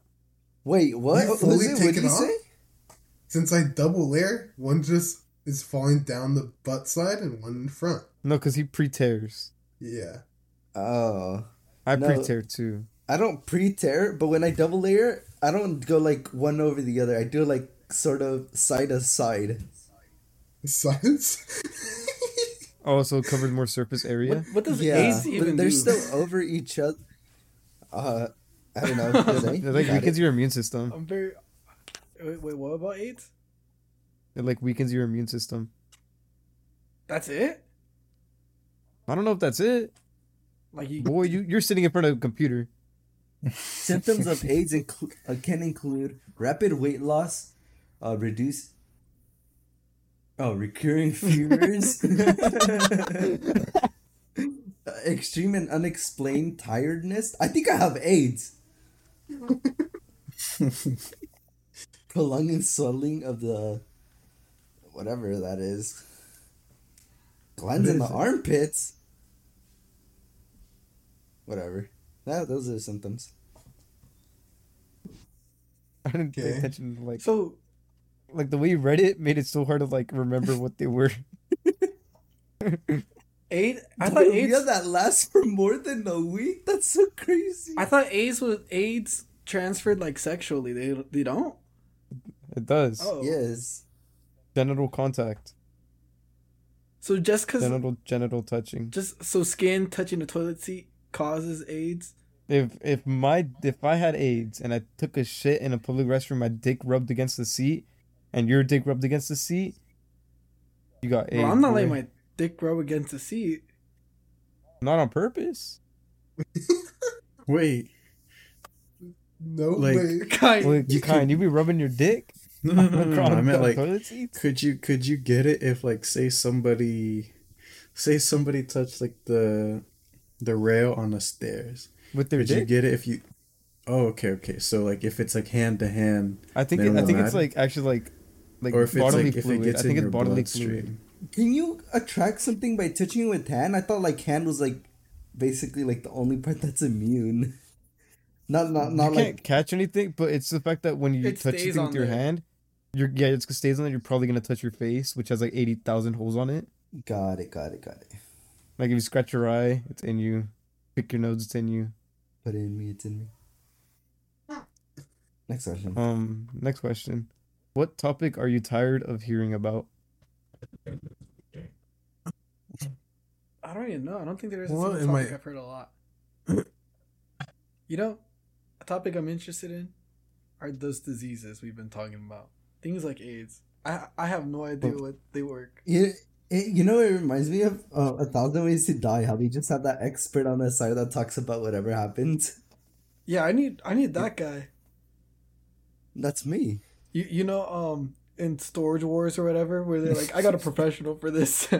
Wait, what?
You
What
fully
was it?
take
What did
it
you
off?
say?
Since I double layer, one just is falling down the butt side and one in front.
No, because he pre-tears.
Yeah.
Oh,
I
No.
pre-tear too.
I don't pre-tear, but when I double layer, I don't go like one over the other. I do like sort of side to side.
Science?
Oh, so it covers more surface area.
What, what does
Yeah,
ace even
but they're
do?
still over each other. Uh, I don't know. do they?
It like
Got
weakens
it.
your immune system.
I'm very. Wait, wait, what about AIDS?
It like weakens your immune system.
That's it?
I don't know if that's it.
Like you,
Boy, you you're sitting in front of a computer.
Symptoms of AIDS inclu- uh, can include rapid weight loss, uh, reduce. Oh, recurring fevers, extreme and unexplained tiredness. I think I have AIDS. Prolonging swelling of the, whatever that is, glands in the armpits. Whatever. That, those are the symptoms.
I didn't pay
Okay.
attention. Like
so
like the way you read it made it so hard to like remember what they were.
AIDS. I
Dude,
thought
we
AIDS.
had that last for more than a week. That's so crazy.
I thought AIDS was AIDS transferred like sexually. They they don't.
It does.
Oh,
yes.
Genital contact.
So just cause
Genital genital touching.
just so skin touching the toilet seat causes AIDS.
If if my if I had AIDS and I took a shit in a public restroom, my dick rubbed against the seat, and your dick rubbed against the seat, you got AIDS.
Well, I'm not letting
boy.
my dick rub against the seat.
not on purpose.
Wait.
no
Like-
way.
Kind.
Well, you kind you be rubbing your dick
No, no, no, no, no.
across
I meant
the
like
toilet seats.
could you could you get it if like say somebody say somebody touched like the the rail on the stairs
with their
could you
dick.
get it if you oh okay okay so like if it's like hand to hand
I think
They
it, I
won't
think it's
matter?
like actually like like
or if it's
bodily
like if
fluid.
it gets
I think
in
it's
your
bodily fluid.
bloodstream
Can you attract something by touching it with hand? I thought like hand was like basically like the only part that's immune. Not not
You
not
can't
like
catch anything, but it's the fact that when you
It
touch
stays
it with
on
your
there.
hand, your yeah, it stays on there. You're probably gonna touch your face, which has like eighty thousand holes on it.
got it, got it, got it.
Like if you scratch your eye, it's in you. Pick your nose, it's in you.
Put it in me, it's in me. Next question.
Um, next question. What topic are you tired of hearing about?
I don't even know. I don't think there is a
What
single
am I-
topic I've heard a lot. you know, a topic I'm interested in are those diseases we've been talking about. Things like AIDS. I I have no idea what they work.
You, it, you know it reminds me of uh, a thousand ways to die. How they just have that expert on the side that talks about whatever happened.
Yeah, I need I need that guy.
That's me.
You you know um in Storage Wars or whatever where they're like I got a professional for this.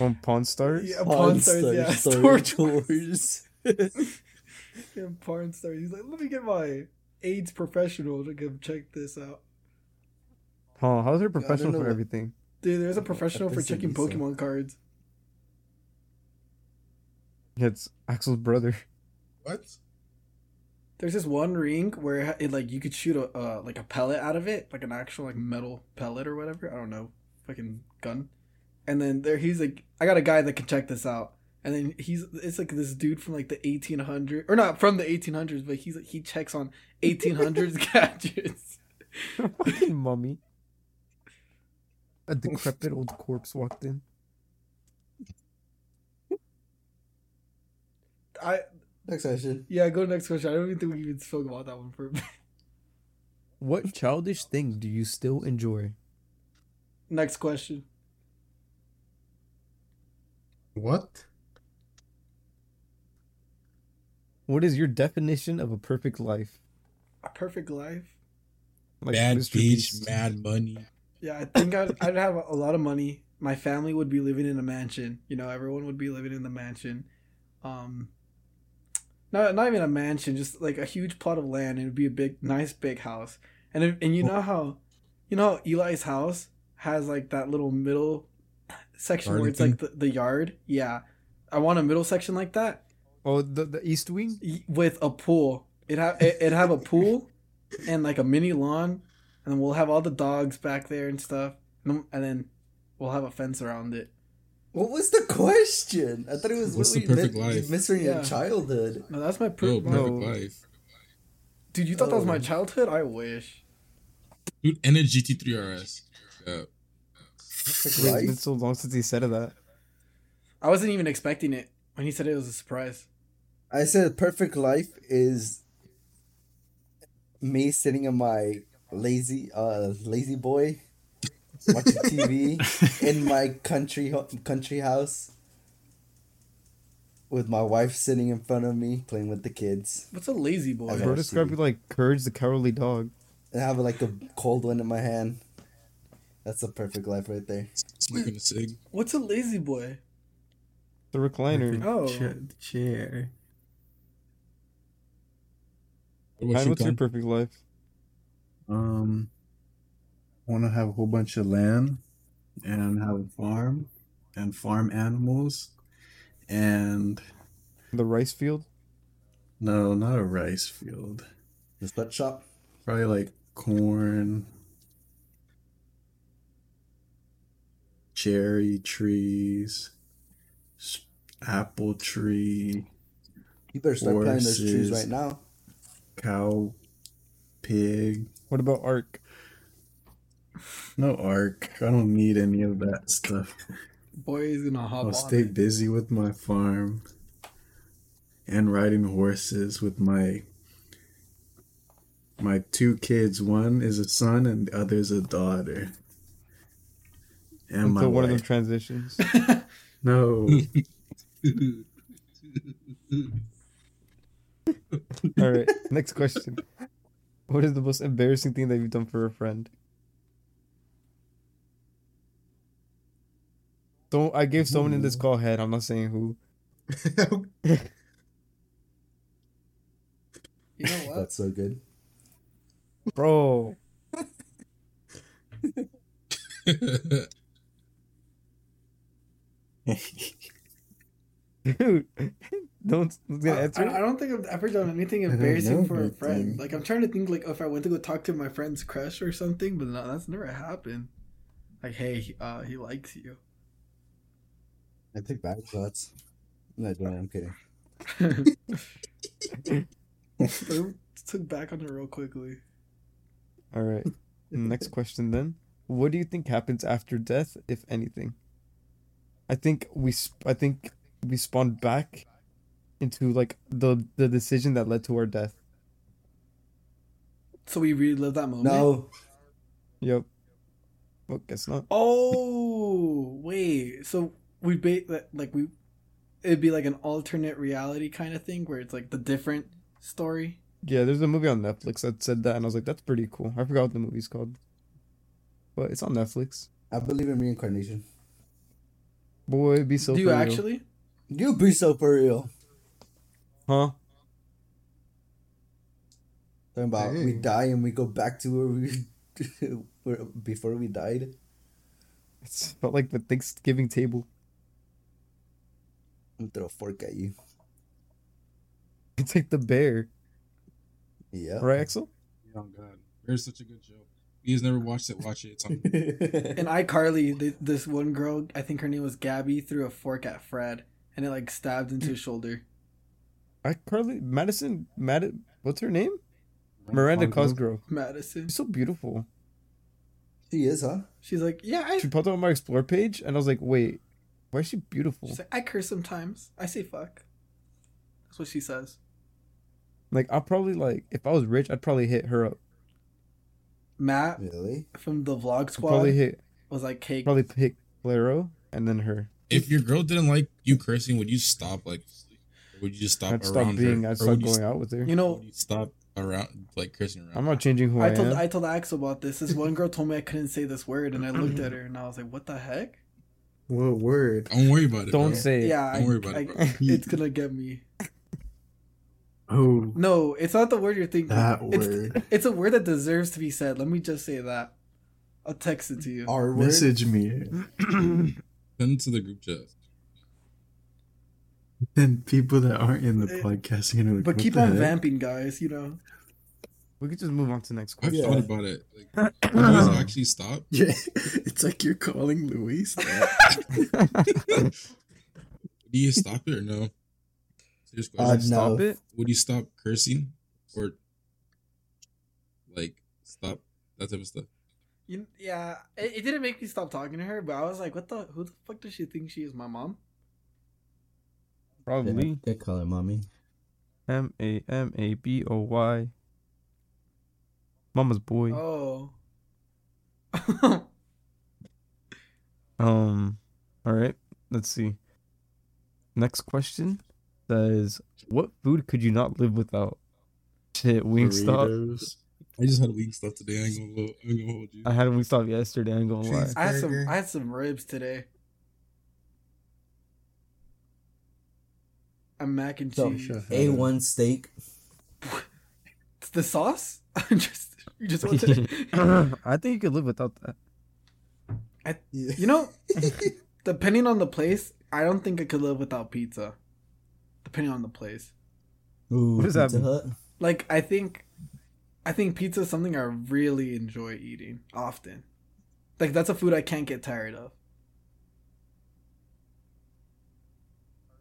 On Pawn Stars?
yeah, porn stars.
Monsters,
Yeah,
sorry,
Storage Wars.
Wars.
Yeah, porn stars. He's like, let me get my AIDS professional to come check this out.
Huh, how's there a
don't
professional
know
for
what-
everything?
Dude, there's a professional for
Episode
checking
diesel.
Pokemon cards.
It's Axel's brother.
What?
There's this one ring where it, ha- it like you could shoot a uh, like a pellet out of it, like an actual like metal pellet or whatever. I don't know, fucking gun. And then there he's like, I got a guy that can check this out. And then he's it's like this dude from like the 1800 or not from the 1800s, but he's he checks on 1800s gadgets.
Fucking mummy. A decrepit old corpse walked in.
I
Next question.
yeah, go to next question. I don't even think we even spoke about that one for. a bit.
What childish thing do you still enjoy?
next question.
What?
What is your definition of a perfect life?
A perfect life.
Like
bad
Mr.
beach,
Beast.
mad money.
Yeah, I think I'd, I'd have a lot of money. My family would be living in a mansion. You know, everyone would be living in the mansion. Um, not not even a mansion, just like a huge plot of land. It would be a big, nice, big house. And if, and you know how, you know how Eli's house has like that little middle section where
Garden
it's like the, the yard. Yeah, I want a middle section like that
Oh, the, the East Wing?
y- with a pool. It have it it'd have a pool and like a mini lawn, and then we'll have all the dogs back there and stuff, and then- and then we'll have a fence around it.
What was the question? I thought it was
What's
what
the
we
perfect
mi-
life?
Miss from
Yeah.
your childhood.
No, that's my per-
Bro,
my-
Oh, perfect
No.
life.
dude. You thought that was my
Oh.
childhood? I wish.
Dude, and a GT3 RS. Yeah.
Perfect
Wait, It's been
life.
so long since he said that.
I wasn't even expecting it when he said it was a surprise.
I said perfect life is me sitting in my lazy uh lazy boy watching TV in my country ho- country house with my wife sitting in front of me playing with the kids
What's a lazy boy?
Okay.
Bro
I see.
described you like Courage the Cowardly Dog.
and have like a cold one in my hand. That's a perfect life right there.
Smoking a cig.
What's a lazy boy?
The recliner.
Oh,
Ch- chair.
What about
Ryan,
you,
what's your
Con?
perfect life?
Um, want to have a whole bunch of land and have a farm and farm animals and
The rice field?
no, not a rice field.
The sweat shop.
Probably like corn, cherry trees, s- apple tree,
You better start planting those trees
Horses.
right now.
cow, pig.
What about Ark?
No arc. I don't need any of that stuff.
boy is gonna hop
Oh,
I'll
on.
stay
it.
busy with my farm and riding horses with my my two kids. One is a son and the other is a daughter. And my
Until one
wife.
of them transitions.
no,
All right, next question. What is the most embarrassing thing that you've done for a friend? Don't I gave someone in this call head. I'm not saying who.
You know what?
That's so good.
Bro, dude, don't don't
I,
get answer.
I- I don't think I've ever done anything
don't
embarrassing
know
for a
anything.
friend. Like I'm trying to think like if I went to go talk to my friend's crush or something, but no, that's never happened. Like hey, uh, he likes you.
I take back shots. No, don't, I'm kidding.
I took back on it real quickly.
All right, next question then. What do you think happens after death, if anything? I think we sp- I think we spawn back into like the the decision that led to our death.
So we relive that moment.
No,
Yep. Well, guess not.
Oh wait. So we ba- like we, it'd be like an alternate reality kind of thing where it's like the different story.
Yeah, there's a movie on Netflix that said that, and I was like, that's pretty cool. I forgot what the movie's called, but it's on Netflix.
I believe in reincarnation.
Boy, it'd be so.
Do you
for real.
actually?
You be so for real.
Huh?
Talking about we
Dang.
die and we go back to where we where, before we died.
It's felt like the Thanksgiving table.
I'm gonna throw a fork at you.
It's like the bear,
Yeah.
right, Axel?
Oh god, there's such a good show. If you guys never watched it, watch it. It's on.
In iCarly, th- this one girl, I think her name was Gabby, threw a fork at Fred, and it like stabbed into his shoulder.
I Carly Madison Mad. What's her name? Miranda Cosgrove.
Madison.
She's so beautiful.
She is, huh?
She's like, yeah, I.
She popped up on my explore page, and I was like, "Wait, why is she beautiful?"
She's like, I curse sometimes. I say fuck. That's what she says.
Like, I'll probably like if I was rich, I'd probably hit her up.
Matt
Really?
from the Vlog
I'd
Squad
probably hit,
was like, "Cake."
probably pick Claro and then her.
If your girl didn't like you cursing, would you stop? Like, or would you just stop
I'd stop
around
being,
her?
I'd
Or
stop
would you
going out with her.
You know,
Would you stop around like cursing around?
I'm not changing who I,
I told
am.
I told Axel about this. This one girl told me I couldn't say this word, and I looked at her and I was like, "What the heck?"
Whoa, word.
Don't worry about it.
Don't
bro.
say it.
Yeah, I,
Don't worry about
I,
it, bro.
it's gonna get me.
Oh,
No, it's not the word you're thinking.
that
it's,
word.
It's a word that deserves to be said. Let me just say that. I'll text it to you.
R word.
Message me.
Send it to the group chat.
Then people that aren't in the
Eh,
podcast are gonna. be like,
But
"What
keep
the
on
heck?"
vamping, guys. You know,
We could just move on to the next
I've
question.
thought about it. Like, would you guys actually stop?
Yeah, it's like you're calling Luis. that.
Do you stop it or no? Serious
Uh,
question.
no.
Stop it.
Would you stop cursing or like stop that type of stuff?
you, yeah. It, it didn't make me stop talking to her, but I was like, "What the? Who the fuck does she think she is? My mom?"
Probably.
Yeah, good color, mommy.
M A M A B O Y. Mama's boy.
Oh.
Um. All right. Let's see. Next question says, "What food could you not live without?" Shit, Wingstop.
Burritos.
I just had weak stuff today. I ain't gonna, lo- I ain't gonna hold you.
I had Wingstop yesterday. I ain't gonna lie.
Cheese-
I had some.
Burger.
I had some ribs today. A mac and
So,
cheese.
A one steak.
It's the sauce? just you just want to.
I think you could live without that.
Yeah.
you know, depending on the place, I don't think I could live without pizza. Depending on the place,
Ooh,
What does
Pizza
that mean?
Hut.
like I think, I think pizza is something I really enjoy eating often. Like that's a food I can't get tired of.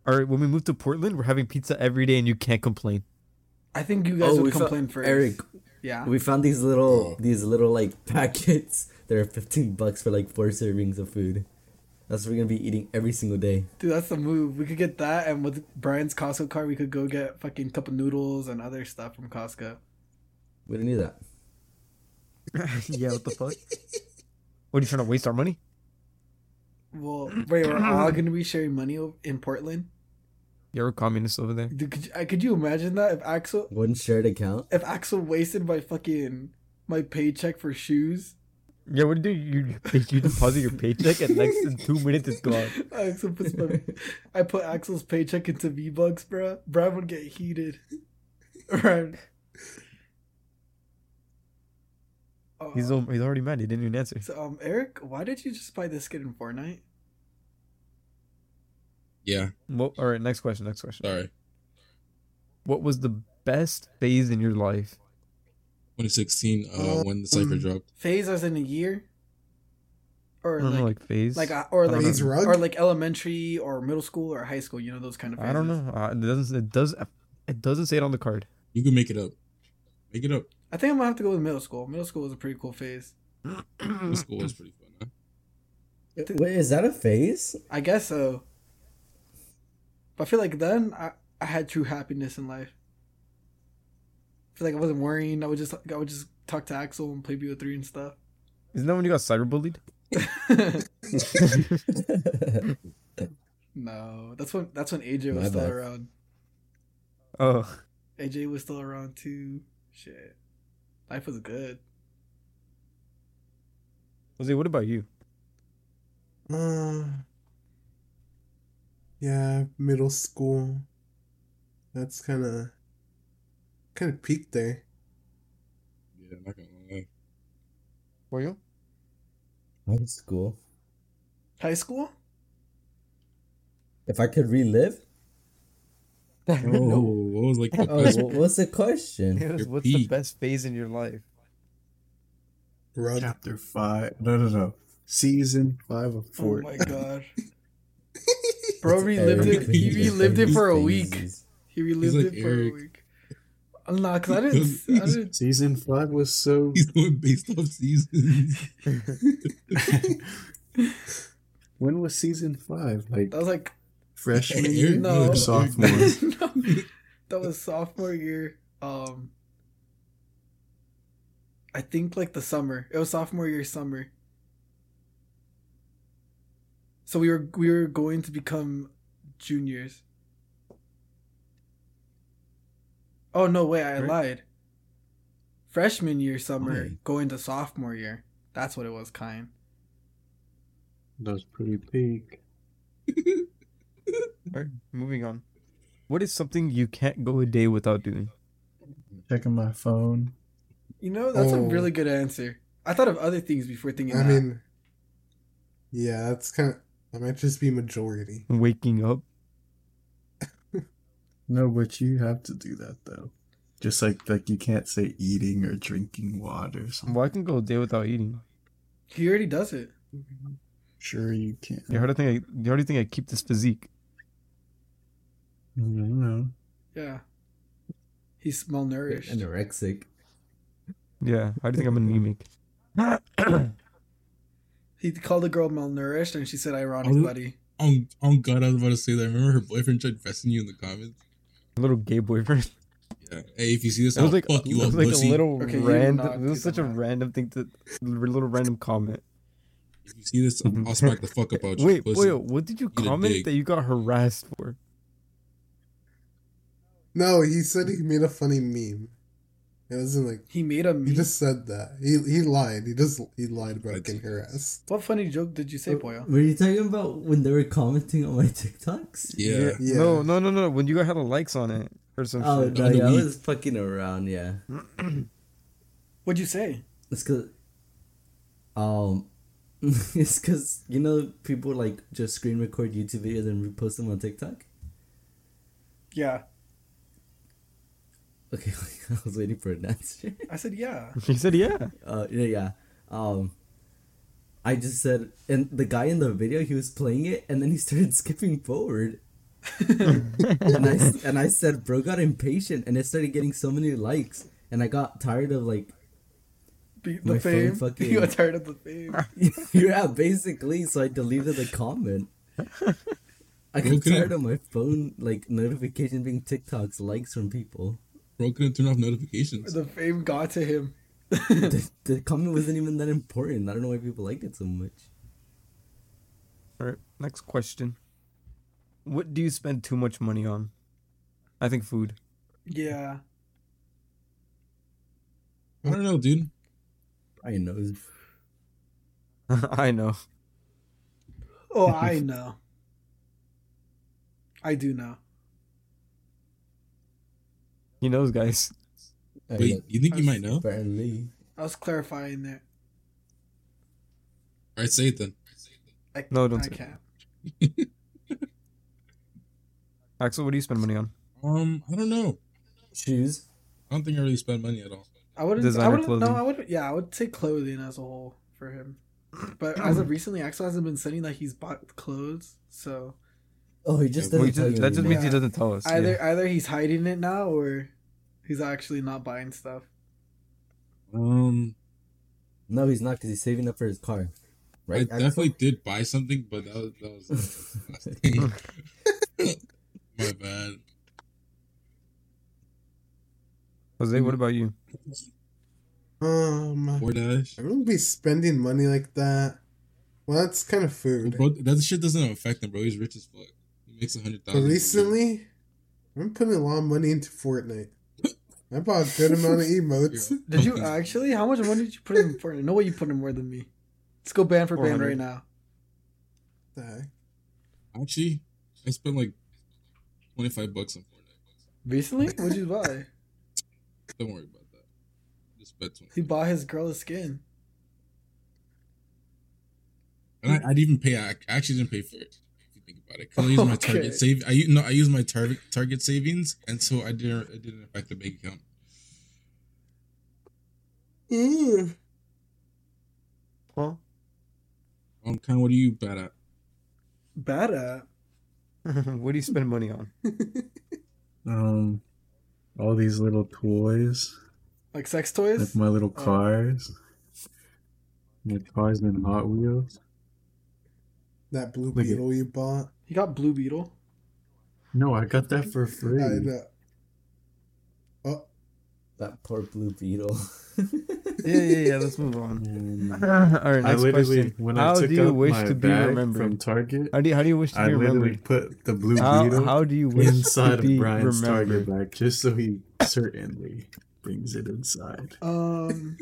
All right. When we move to Portland, we're having pizza every day, and you can't complain.
I think you guys
Oh, we
would
fo-
complain first.
Eric,
yeah.
we found these little these little like packets. They're fifteen bucks for like four servings of food. That's what we're gonna be eating every single day.
Dude, that's the move. We could get that, and with Brian's Costco card, we could go get fucking cup of noodles and other stuff from Costco.
We don't need that.
yeah. What the fuck? What are you trying to waste our money?
Well, wait, we're all gonna be sharing money o- in Portland.
Yeah, we're communists over there.
Dude, could you, I- could you imagine that if Axel
One shared account.
if Axel wasted my fucking my paycheck for shoes?
Yeah, what do you do? You deposit your paycheck, and next in two minutes it's gone.
Axel puts my, I put Axel's paycheck into V Bucks, bro. Brian would get heated. Brian. Oh,
He's al- he's already mad. He didn't even answer.
so um Eric, why did you just buy this skin in Fortnite?
Yeah,
Well, all right. Next question. Next question.
sorry.
What was the best phase in your life?
2016, uh, when the cipher
Um,
dropped.
Phase as in a year,
I
or
Uh-huh.
don't know,
like
like phase.
like uh, or
I don't
like
Phase
know.
rug?
or like elementary or middle school or high school. You know those kind of. Phases.
I don't know. Uh, it doesn't. It does. It doesn't say it on the card.
You can make it up. Make it up.
I think I'm gonna have to go with middle school. Middle school was a pretty cool phase.
Middle school was pretty fun. Huh?
Wait, is that a phase?
I guess so. But I feel like then I, I had true happiness in life. I feel like I wasn't worrying. I would just I would just talk to Axel and play BO3 and stuff.
Isn't that when you got cyberbullied?
no, that's when that's when AJ
My
was still
bad.
around.
Oh,
AJ was still around too. Shit, life was good.
Jose, what about you?
Uh, yeah, middle school. That's kind of kind of peaked there.
Yeah, not gonna lie.
For you?
High school.
High school?
If I could relive,
No, what was like the
Oh,
best?
wh- what's the question?
It was,
Your
what's the
peak.
best phase in your life?
Rug.
Chapter five. No, no, no. Season five of
Oh
four.
my gosh. Bro
It's
relived it. He
everything.
relived it for a week.
Everything's-
He relived
like
it for a
Eric.
week. Nah, cause I didn't. I didn't
Season five was so.
He's going based off seasons.
when was season five? Like
that was like
freshman
Eric
year,
No.
or
knows.
sophomore.
No, that was sophomore year. Um, I think like the summer. It was sophomore year summer. So we were we were going to become juniors. Oh no! Wait, I lied. Freshman year summer,
Why?
going to sophomore year. That's what it was, kind.
that was pretty big.
Alright, moving on. What is something you can't go a day without doing?
Checking my phone.
You know, that's a
Oh.
really good answer. I thought of other things before thinking.
I
that.
mean, yeah, that's kind of. I might just be majority.
Waking up.
No, but you have to do that though. Just like like you can't say eating or drinking water. Or something.
Well, I can go a day without eating.
he already does it.
Sure, you can.
You already think I, you already think I keep this physique.
No, no.
Yeah. He's malnourished.
Anorexic.
Yeah, I think I'm anemic.
He called the girl malnourished and she said ironic
Oh.
buddy.
Oh, oh god, I was about to say that. Remember her boyfriend tried vesting you in the comments?
A little gay boyfriend.
Yeah. Hey, if you see this,
It
I'll
was like,
fuck you
it
up,
was like
pussy.
a little
Okay, you
random.
knocked
It was
it
such a
out.
random thing to little random comment.
If you see this, I'll, I'll smack the fuck about you,
Wait,
pussy.
wait, what did you
a
comment
dick.
that you got harassed for?
No, he said he made a funny meme. It wasn't like
He made a meme.
he just said that. He he lied. He just he lied about
That's-
getting harassed.
What funny joke did you say, Boyo?
Were you talking about when they were commenting on my TikToks?
Yeah.
Yeah.
No, no, no, no. When you got hella likes on it or some
Oh
shit.
no,
Other
yeah, I
week.
was fucking around. Yeah,
What'd you say?
it's cause, um, it's cause you know people like just screen record YouTube videos and repost them on TikTok.
Yeah.
Okay, I was waiting for an answer.
I said yeah.
He said, yeah.
uh yeah, yeah um i just said and the guy in the video he was playing it and then he started skipping forward and i and i said bro got impatient and it started getting so many likes and i got tired of like
Be- the
My phone
fame.
fucking-
You got tired of the fame.
yeah basically so i deleted the comment i got
Okay.
tired of my phone like notification being tiktoks likes from people
Bro couldn't turn off notifications.
the fame got to him.
the, the comment wasn't even that important i don't know why people liked it so much
All right, next question. What do you spend too much money on? I think food.
Yeah.
I don't know, dude.
i know
I know.
Oh, I know. I do know.
He knows, guys.
I
Wait,
know,
you think you might know?
apparently
I was clarifying that.
Alright, say it then.
I,
No, don't
I
say it.
can't.
Axel, what do you spend money on?
Um, I don't know.
shoes
I don't think I really spend money at all.
I wouldn't. I
Designer
wouldn't. No,
clothing.
I would. Yeah, I would say clothing as a whole for him. But as of recently, Axel hasn't been saying that he's bought clothes. So
Oh, he just
Yeah,
doesn't
We just-
tell you
that just
anymore.
means he doesn't tell us.
Either
yeah.
either he's hiding it now or he's actually not buying stuff.
Um,
No, he's not because he's saving up for his
I
car. Right?
definitely did buy something, but that was that was my bad.
Jose, what about you?
Um, I
DoorDash.
wouldn't be spending money like that. Well, that's kind of
Well,
food.
bro, that shit doesn't affect him, bro. He's rich as fuck. He makes a hundred
But
thousand. a year.
recently, I've been putting a lot of money into Fortnite. I bought a good amount of emotes.
Yeah.
Did you actually? How much money did you put in for? No way you put in more than me. Let's go band for band
400.
right now.
The heck?
Actually, I spent like twenty five bucks on Fortnite.
Recently, what'd you buy?
Don't worry about that. Just spent twenty.
He bought his girl a skin.
And I, I'd even pay. I actually didn't pay for it. If you think about about it. 'cause I use my
Okay.
target save. I u- no, I use my target target savings, and so I didn't. It didn't affect the bank account.
Huh?
Um, kind of what are you bad at?
Bad at.
what do you spend money on?
Um, all these little toys,
Like sex
like
toys?
my little
Uh.
Oh.
cars, my cars and Hot Wheels.
That blue
Look at-
beetle you bought.
You got Blue Beetle.
No, I got that for
I
free.
know.
That poor blue beetle.
Yeah, yeah, yeah. Let's move on.
And
All right,
I
next
literally,
question.
when
How
I took
do you
out
wish
my
to be
bag
remembered?
from Target,
How do you, how do you wish to
I
be
literally
remembered?
put the blue
How,
beetle
how do you wish
inside
to
of
be
Brian's
remembered?
Target bag just so he certainly brings it inside.
Um,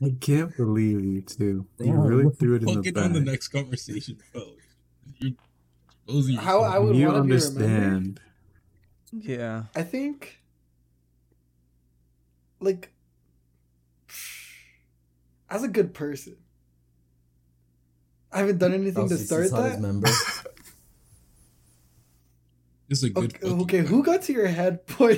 I can't believe you too. You
Damn,
really
what
threw it in
Fuck
the
it on
bag.
the next conversation, bro. You're exposing
how
yourself.
I would
you
want to be remembered.
understand.
Yeah.
I think, like, as a good person, I haven't done anything to
Sounds like
start
his hottest
that.
member.
This is a good.
Okay,
fucking
okay,
bag.
who got to your head, Pollo?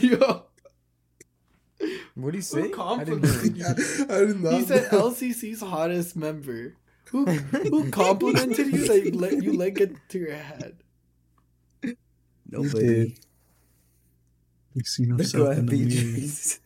What do
Who
you say? I didn't
complimented
hear you.
you?
I did not.
He said
know.
LCC's hottest member. Who who complimented you that you let you let get to your head?
Nobody.
You see
Let's go
yourself in
at
the mirror.
BJ's.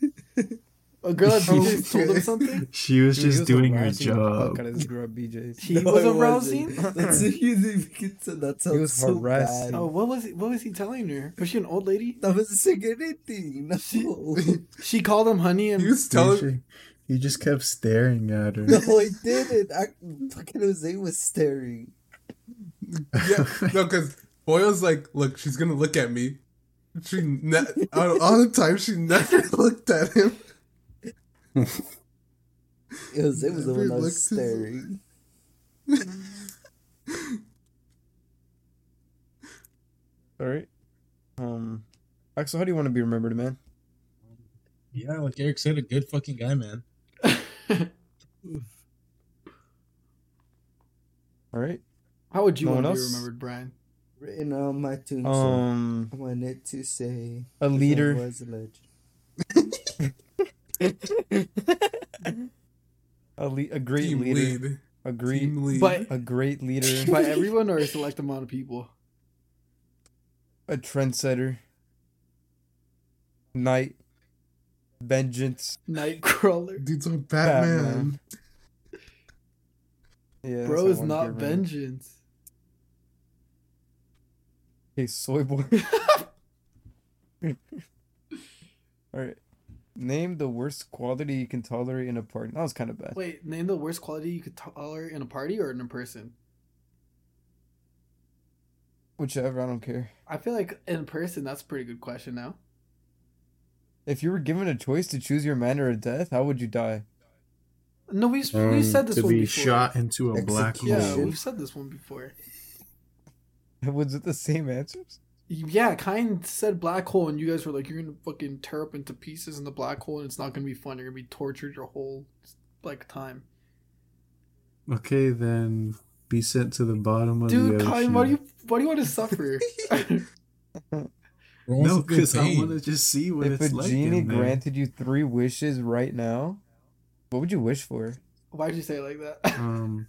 A girl at BJ's told him something.
She was
Dude, he
just
was
doing her
harassing the
job.
fuck out of this girl, BJ's.
He
No,
was
it
arousing.
wasn't. That's that sounds
was
so
harassing.
bad.
Oh, what was he, what was he telling her? Was she an old lady?
That was security. No.
She called him honey and
He was
Tell
telling.
he just kept staring at her.
no, I Oh, didn't. I, fucking Jose was staring.
Yeah, no, because Boyle's like, look, she's gonna look at me. She ne- out of all the time she never looked at him.
Jose was the
Never
one that was
looked his-
staring.
All right. Um, Axel, how do you want to be remembered, man?
Yeah, like Eric said, a good fucking guy, man.
All right.
How would you
No
want
one
to be
else?
remembered, Brian?
Written on my tombstone.
Um,
I wanted to say
a
I
leader.
was a legend.
A, le- a great
Team
leader.
lead.
A great.
Team lead.
But
A great leader.
by everyone or a select amount of people?
a trendsetter. Knight. Vengeance.
Nightcrawler.
Dude's on Batman.
Batman. Yeah. that's
Bro
how I
is
wanna be
not
remembered.
vengeance.
Hey, soy boy. All right. Name the worst quality you can tolerate in a partner. That was kind of bad.
Wait, name the worst quality you could tolerate in a party or in a person.
Whichever, I don't care.
I feel like in person, that's a pretty good question now.
If you were given a choice to choose your manner or death, how would you die?
No, we've we said this
Um, to
one
be
before.
shot into a black
Execution.
yeah,
hole.
we've said this one before.
Was it the same answers?
Yeah, kind said black hole, and you guys were like, "You're gonna fucking tear up into pieces in the black hole, and it's not gonna be fun. You're gonna be tortured your whole like time."
Okay, then be sent to the bottom of
Dude,
the ocean.
Kyle, why do you why do you want to suffer?
Bro wants
No,
to feel
because I
pain.
want to just see what
if
it's
a
like.
genie
in there.
granted you three wishes right now, what would you wish for?
Why'd you say it like that?
um,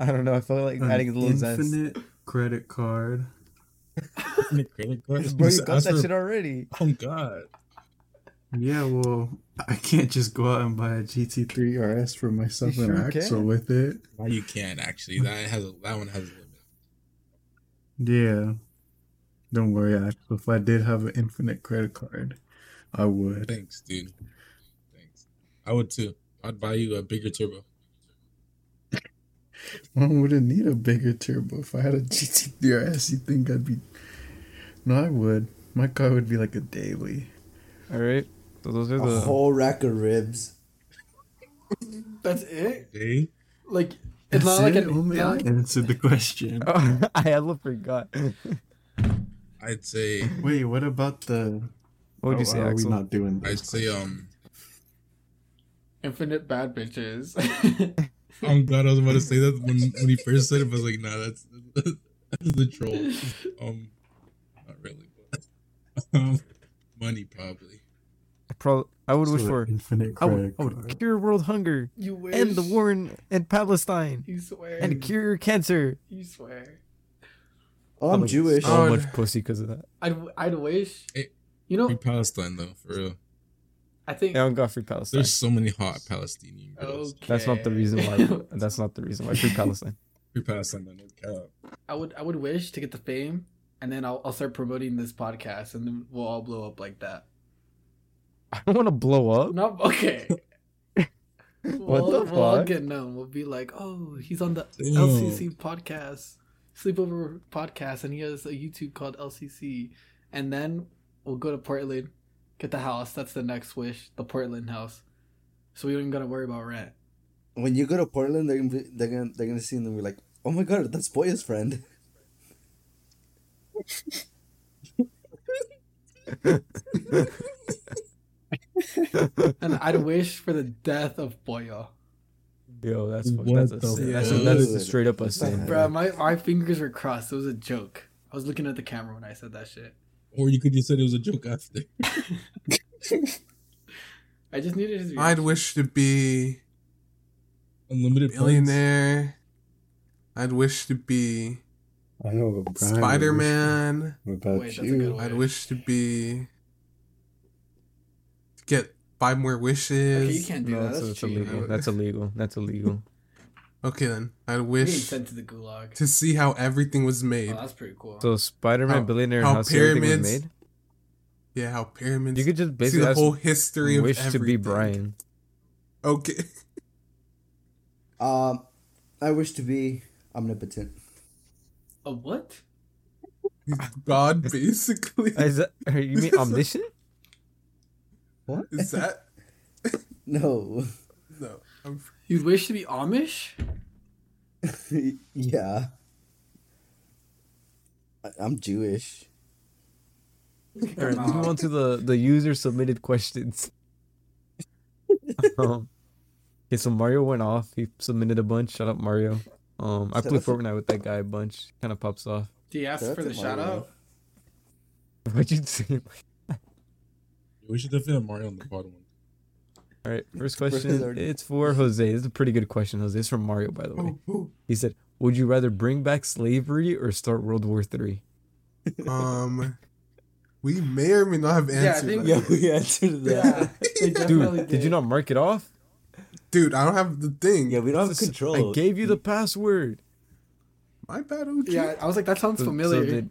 I don't know. I feel like
an
adding a little zest.
infinite credit card.
Fucking credit card.
Bro, you
Just
got
ask
that
for-
shit already.
Oh God.
Yeah, well, I can't just go out and buy a GT3 RS for myself
You
and
sure
Axel
can.
with it.
No, you can't actually. That has a, that one has a limit.
Yeah. Don't worry, Axel. If I did have an infinite credit card, I would.
Thanks, dude. Thanks. I would too. I'd buy you a bigger turbo.
One wouldn't need a bigger turbo. If I had a GT3 RS, you think I'd be. No, I would. My car would be like a daily.
All right. So those are
A
the.
whole rack of ribs.
That's it.
Okay.
Like it's not like
That's
an
it? Oh Only
not
I
like-
answered the question.
I almost forgot.
I'd say.
Wait, what about the?
What would
Oh,
you say,
are we
Axel?
not doing
I'd
this?
say. Um.
infinite bad bitches.
I'm glad I was about to say that when when he first said it. But I was like, nah, that's the troll. Um, not really, but um, money probably.
I probably I would wish
So,
for
infinite
I would,
credit
I
card.
would cure world hunger
You wish.
end the war in, in Palestine
You swear.
and cure cancer.
you swear.
Oh, I'm
Like,
Jewish.
So
Oh,
much pussy because of that.
I'd, I'd wish.
It-
you
Free
know,
Palestine though, for real.
I think.
Yeah, I don't got free Palestine.
There's so many hot Palestinian girls.
Okay.
That's not the reason why. That's not the reason why free Palestine.
Free Palestine, though, no cap.
I would I would wish to get the fame, and then I'll, I'll start promoting this podcast, and then we'll all blow up like that.
I don't want to blow up.
No, okay. We'll,
What
all-
the
We'll all
fuck?
get known. We'll be like, oh, he's on the
Ew.
LCC podcast, sleepover podcast, and he has a YouTube called LCC. And then we'll go to Portland, get the house. That's the next wish, the Portland house. So we don't even gotta worry about rent.
When you go to Portland, they're gonna be, they're gonna they're gonna see and they're like, oh my god, that's Boya's friend.
And I'd wish for the death of Boyo.
Yo, that's fuck-
What
that's a
the
sin. That's, a,
fuck?
that's a straight up a sin.
Bro, my our fingers were crossed. It was a joke. I was looking at the camera when I said that shit.
Or you could just said it was a joke after.
I just needed his.
I'd
reaction.
wish to be
Unlimited points.
billionaire. I'd wish to be
I know but Brian would wish
Spider Man.
for- about
Wait, that's a
you.
good one.
I'd wish to be to get five more
Okay, you
wishes.
can't do
No,
that.
that's,
That's,
that's
cheating.
illegal. That's illegal. That's illegal.
Okay, then I'd
You're
wish
being sent to the gulag.
to see how everything was made.
Oh, that's pretty cool.
So Spider-Man,
How-
billionaire, and
how
how everything was
pyramids-
made.
yeah, how pyramids.
You could just
see
basically
the
ask,
whole history of
wish to be
everything.
Brian.
Okay.
Um, I wish to be omnipotent.
a what?
God, basically.
Is that, are you mean omniscient?
What?
Is that?
No.
No. I'm,
You wish to be Amish?
yeah. I, I'm Jewish.
All right, moving on to the the user submitted questions. um, okay, so Mario went off. He submitted a bunch. Shout out Mario. Um, I
So
played
that's a-
Fortnite with that guy a bunch. Kind of pops off.
Do you ask
That's
for the
a
shout
Mario.
out?
What'd you say?
We should definitely have Mario on the bottom one.
All right, first
First
question.
already-
It's for Jose. This is a pretty good question, Jose. It's from Mario, by the way.
oh,
He said, "Would you rather bring back slavery or start World War Three?
oh. Um, we may or may not have
Yeah, I
answered.
think-
that.
Yeah,
we answered
Yeah, they definitely
Dude, did you not mark it off?
Dude, I don't have the thing.
Yeah, we don't have
I
control.
gave you the password.
My bad, OG.
Yeah, I was like, that sounds
So- so
familiar.
did-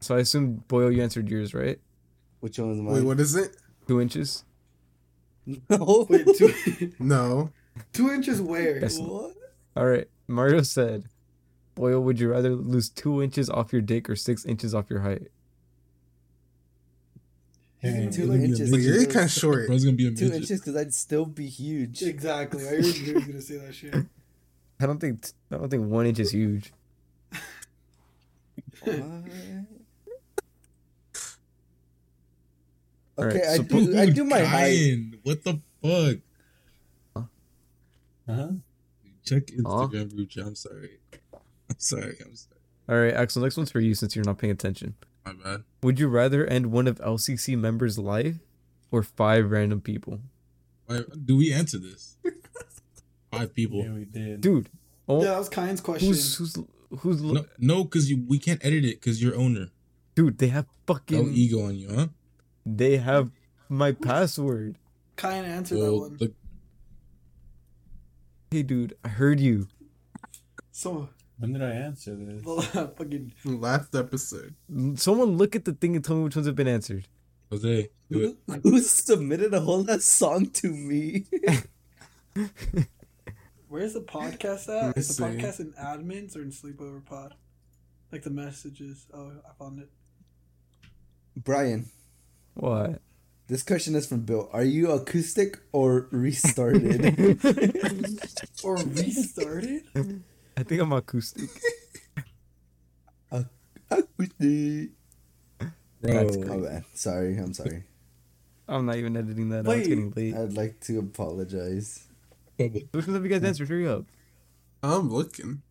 so I assume Boyle, you answered yours, right?
Which one was mine?
Wait, what is it?
Two inches.
No.
Wait, two,
No.
two inches where?
That's-
What?
All right. Mario said, Boyle, would you rather lose two inches off your dick or six inches off your height?
Hey,
Two
you need
inches.
a
Wait, you're
Yours-
kind of short.
Bro's gonna be a
Two
midget.
inches because I'd still be huge.
Exactly. I already knew you were going to say that shit.
I don't think I don't think one inch is huge.
okay,
Alright,
I
so
do. I do my height.
Brian, What the fuck?
big- Huh?
Check Instagram group chat. I'm sorry. I'm sorry. I'm sorry.
All right, Axel, next one's for you since you're not paying attention.
My bad.
Would you rather end one of LCC members' life or five random people?
Why, do we answer this? Five people.
Yeah, we did.
Dude, oh,
Yeah, that was Kyan's question.
who's who's who's
No, no, because you we can't edit it because you're owner.
dude, they have
No e-
fucking
ego on you, huh?
they have my password.
Kyan answered that
Well,
one.
the,
Hey dude, I heard you.
So,
When did I answer this?
the last fucking.
Last episode.
Someone look at the thing and tell me which ones have been answered.
Jose, do it.
Who submitted a whole ass song to me?
Where's the podcast at?
me
Is
see.
the podcast in admins or in sleepover pod? Like the messages. Oh, I found it.
Brian,
What?
this question is from Bill. Are you acoustic or restarted?
Or restarted?
I think I'm acoustic.
acoustic.
That's
My bad. Sorry. I'm sorry.
I'm not even editing that. out.
Wait.
It's getting late.
I'd like to apologize.
Which ones have you guys answered? Hurry up.
I'm looking.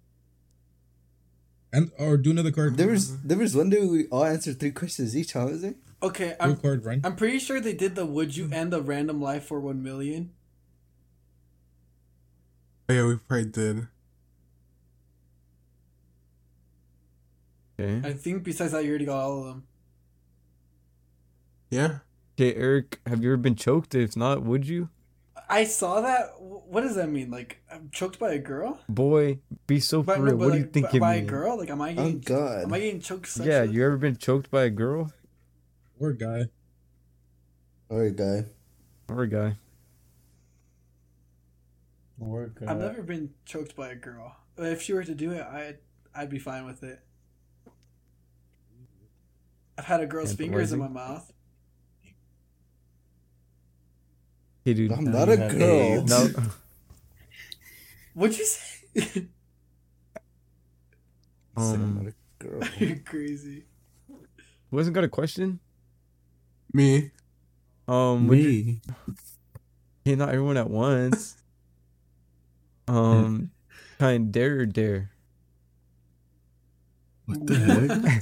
And or do another card.
There was there was one day we all answered three questions each, huh, was it?
Okay,
do a
I'm
card, Ryan.
I'm pretty sure they did the "Would you end a random life for one million?
Oh, yeah, we probably did.
Okay.
I think besides that, you already got all of them.
Yeah.
Okay, Eric, have you ever been choked? If not, would you?
I saw that. Wh- What does that mean? Like I'm choked by a girl?
Boy, be so
But,
Oh, for
no,
real.
but
What do you
like,
think
b-
it
by a
mean?
girl? Like am I
Oh
getting? am I
god.
getting choked? Sexually?
Yeah, you ever been choked by a girl
Or guy.
Alright guy.
or a guy?
I've never been choked by a girl. But If she were to do it, I'd I'd be fine with it. I've had a girl's
And
fingers in my
Wesley?
mouth.
Hey, dude.
I'm not a girl.
No,
What'd you say?
um,
Girl.
You're crazy.
who hasn't got a question?
Me.
Um, would you,
Me.
hey, not everyone at once. Um, kind of dare or dare.
What the heck?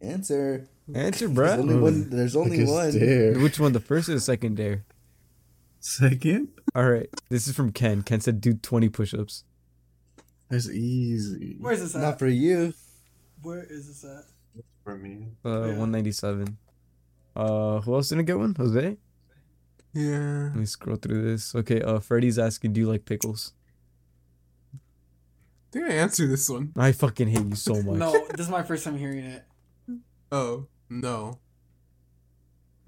Answer.
Answer,
There's
bruh.
only one there's only
Like a
one.
stare.
Which one, the first or the second dare?
Second?
All right, this is from Ken. Ken said, "Do twenty push-ups."
That's easy.
Where's this at?
Not for you.
Where is this at?
For me.
Uh,
Yeah.
one ninety-seven. Uh, who else didn't get one? Jose.
Yeah.
Let me scroll through this. Okay, uh, Freddy's asking, "Do you like pickles?"
I think I answered this one.
I fucking hate you so much.
No, this is my first time hearing it.
Oh, no.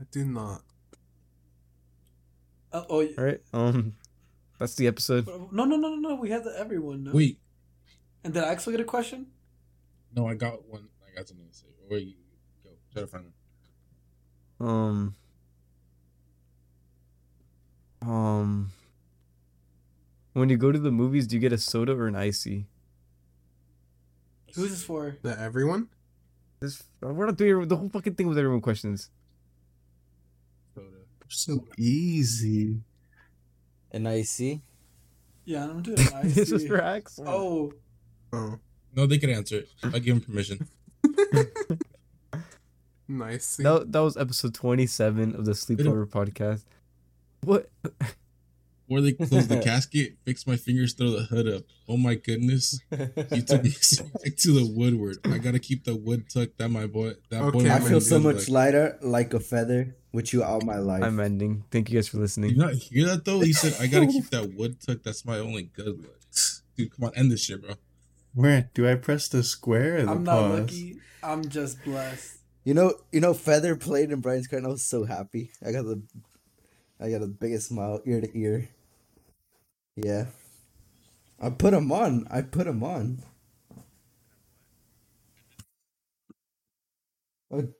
I do not.
Oh, oh y-
All right, um, that's the episode.
no, no, no, no, no. We had the everyone. No?
Wait,
And did I actually get a question?
no, I got one. I got something to say. Wait, you- go try to find one.
Um. Um. When you go to the movies, do you get a soda or an icy?
Who's this for?
That everyone?
This we're not doing the whole fucking thing with everyone questions.
Soda.
So easy.
And I see.
Yeah, I'm doing an
this was
IC.
for Axel.
Oh,
Oh,
No, they can answer it. I give them permission.
nice.
that, that was episode twenty-seven of the Sleepover podcast. What?
Or they close the casket, fix my fingers, throw the hood up. Oh my goodness. You took me back to the woodward. I gotta keep the wood tucked. That my boy. That boy.
Okay,
I
I'm
feel so
is
much
like.
lighter like a feather with you out my life.
I'm ending. Thank you guys for
You
listening.
not hear that though? He said, "I gotta keep that wood tucked. That's my only good look." Dude, come on, end this shit, bro.
Where do I press the square or the
I'm not
pause?
lucky. I'm just blessed.
You know, you know, Feather played in Brian's card, and I was so happy. I got the, I got the biggest smile ear to ear. Yeah, I put him on. I put him on. Oh,